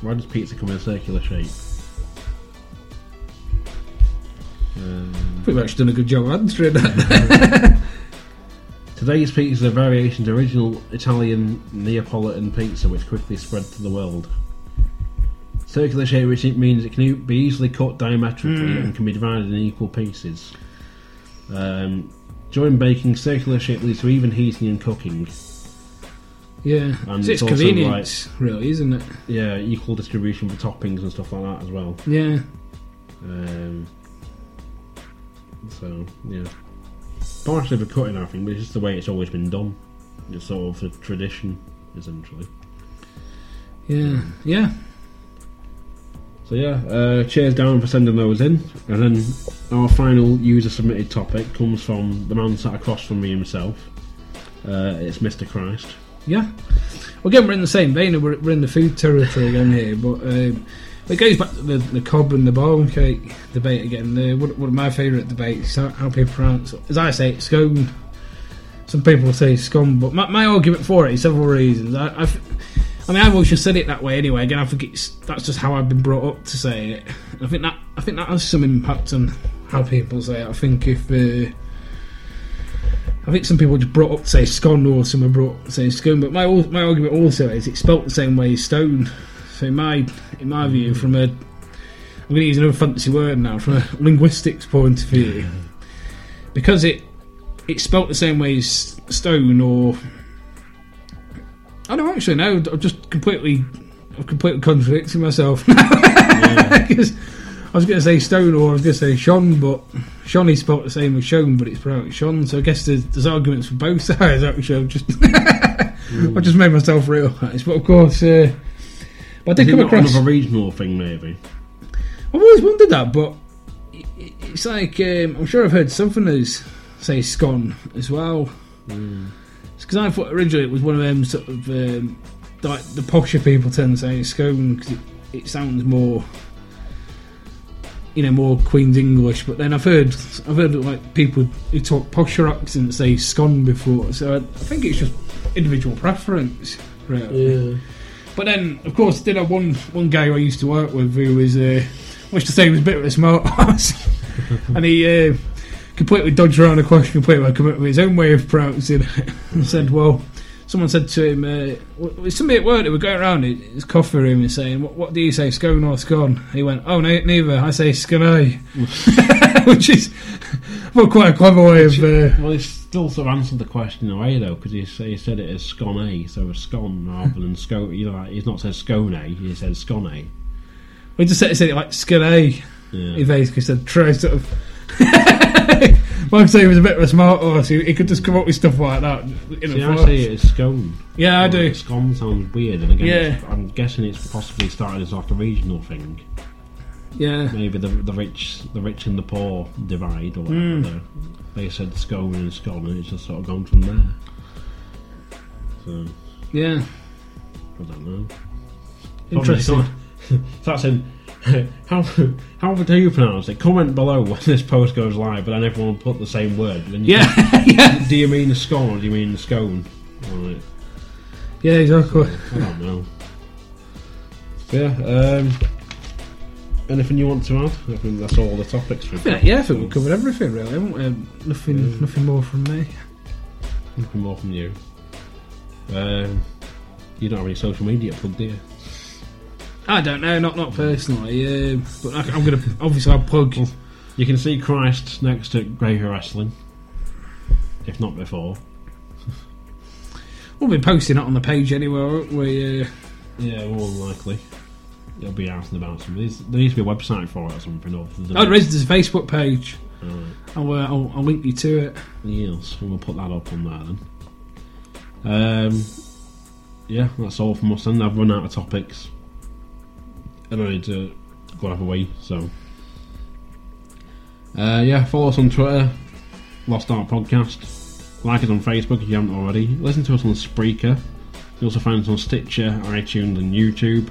S1: Why does pizza come in a circular shape? Um,
S2: Pretty much done a good job answering that.
S1: Today's pizza is a variation to original Italian Neapolitan pizza, which quickly spread to the world. Circular shape, which it means it can e-, be easily cut diametrically and can be divided in equal pieces. Um, during baking, circular shape leads to even heating and cooking.
S2: yeah,
S1: And it's
S2: So it's,
S1: also
S2: convenience, really, isn't it?
S1: Yeah, equal distribution for toppings and stuff like that as well.
S2: Yeah,
S1: Um, so yeah, partially for cutting, I think, but it's just the way it's always been done. It's sort of a tradition, essentially.
S2: yeah, yeah.
S1: So yeah, uh, cheers Darren for sending those in. And then our final user submitted topic comes from the man sat across from me himself. Uh, it's Mr. Christ.
S2: Yeah. Well, again, we're in the same vein. We're, we're in the food territory again here, but um, it goes back to the, the cob and the bone cake debate again. The, one, one of my favourite debates how, how people pronounce it. As I say, it's scone. Some people say scum, but my, my argument for it is several reasons. I, I've, I mean, I've always just said it that way anyway. Again, I think it's that's just how I've been brought up to say it. I think that I think that has some impact on how people say it. I think if uh, I think some people just brought up to say scone or some are brought up to say scone, but my al- my argument also is it's spelt the same way as stone. So in my in my view, from a I'm going to use another fancy word now from a linguistics point of view, because it it's spelt the same way as stone or I don't actually know. I'm just completely I'm completely contradicting myself
S1: Yeah,
S2: 'Cause I was going to say stone or I was going to say Sean, but Sean is spelled the same as Sean, but it's pronounced Sean. So I guess there's, there's arguments for both sides. Actually, I've just I just made myself realise. But of course, uh, but I
S1: Is
S2: did
S1: it
S2: come
S1: not
S2: across.
S1: another regional thing, maybe?
S2: I've always wondered that, but i- i- it's like um, I'm sure I've heard Southerners say scone as well. Because I thought originally it was one of them sort of um, like the posher people tend to say scone because it, it sounds more, you know, more Queen's English. But then I've heard I've heard like people who talk posher accents say scone before, so I, I think it's just individual preference, really.
S1: Yeah.
S2: But then, of course, did have one one guy who I used to work with who was, uh, much to say, he was a bit of a smart ass, and he uh, completely dodged around a question completely. and Come up with his own way of pronouncing it, and said, "Well." Someone said to him, uh, w- was somebody at work that were going around his his coffee room and saying, what, what do you say, scone or scone? He went, oh, no, neither, I say scone, which is well, quite a clever way of... Uh,
S1: Well, he's still sort of answered the question in a way, though, because he, s- he said it as scone, so a scone rather than scone. You know, like, he's not said scone, he said scone.
S2: we just said said it like scone, He
S1: Yeah.
S2: basically said, try sort of. Like I say, he was a bit of a smart horse. He, he could just come up with stuff like that. In
S1: See,
S2: a
S1: I say it as scone.
S2: yeah, I
S1: Like,
S2: do.
S1: Scone sounds weird, and again,
S2: Yeah.
S1: it's- I'm guessing it's possibly started as like a regional thing.
S2: Yeah,
S1: Maybe the the rich the rich and the poor divide, or whatever.
S2: Hmm.
S1: they- They said scone and scone, and it's just sort of gone from there. So
S2: yeah.
S1: I don't know.
S2: Interesting.
S1: So that's in. How how do you pronounce it? Comment below when this post goes live, but then everyone will put the same word. Then you-
S2: Yeah, yeah,
S1: Do you mean scone or do you mean scone? Right.
S2: yeah. Exactly.
S1: I don't know. Yeah. Um, anything you want to add? I think that's all the topics. We've
S2: Yeah,
S1: got.
S2: yeah, I think we covered everything really. haven't we? Um, nothing, nothing more from me.
S1: Nothing more from you. Um, you don't have any social media plug, do you?
S2: uh, I don't know, not not personally. Um but I, I'm gonna obviously I'll plug
S1: You can see Christ next to Gravy Wrestling, if not before.
S2: We'll be posting it on the page anyway, won't we? Uh,
S1: Yeah, more than likely. It'll be out and about. Some. There's- There needs to be a website for it or something. Or there's a-
S2: oh, there is there's a Facebook page.
S1: Alright.
S2: I'll, uh, I'll, I'll link you to it.
S1: Yes, and we'll put that up on there then. Um, yeah, that's all from us then. I've run out of topics. And I need to go and have a wee, so. Uh, yeah, follow us on Twitter, Lost Art Podcast. Like us on Facebook if you haven't already. Listen to us on Spreaker. You also find us on Stitcher, iTunes, and YouTube.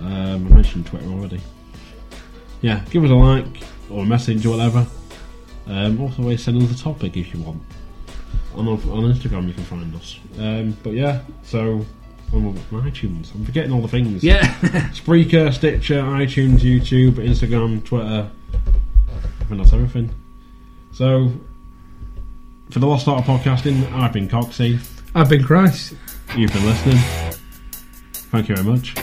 S1: Um, I mentioned Twitter already. Yeah, give us a like or a message or whatever. Um, also, always send us a topic if you want. On, on Instagram, you can find us. Um, but yeah, so on iTunes, I'm forgetting all the things.
S2: Yeah.
S1: Spreaker, Stitcher, iTunes, YouTube, Instagram, Twitter. I think that's everything. So, for the Lost Art of Podcasting, I've been Coxie.
S2: I've been Christ.
S1: You've been listening. Thank you very much.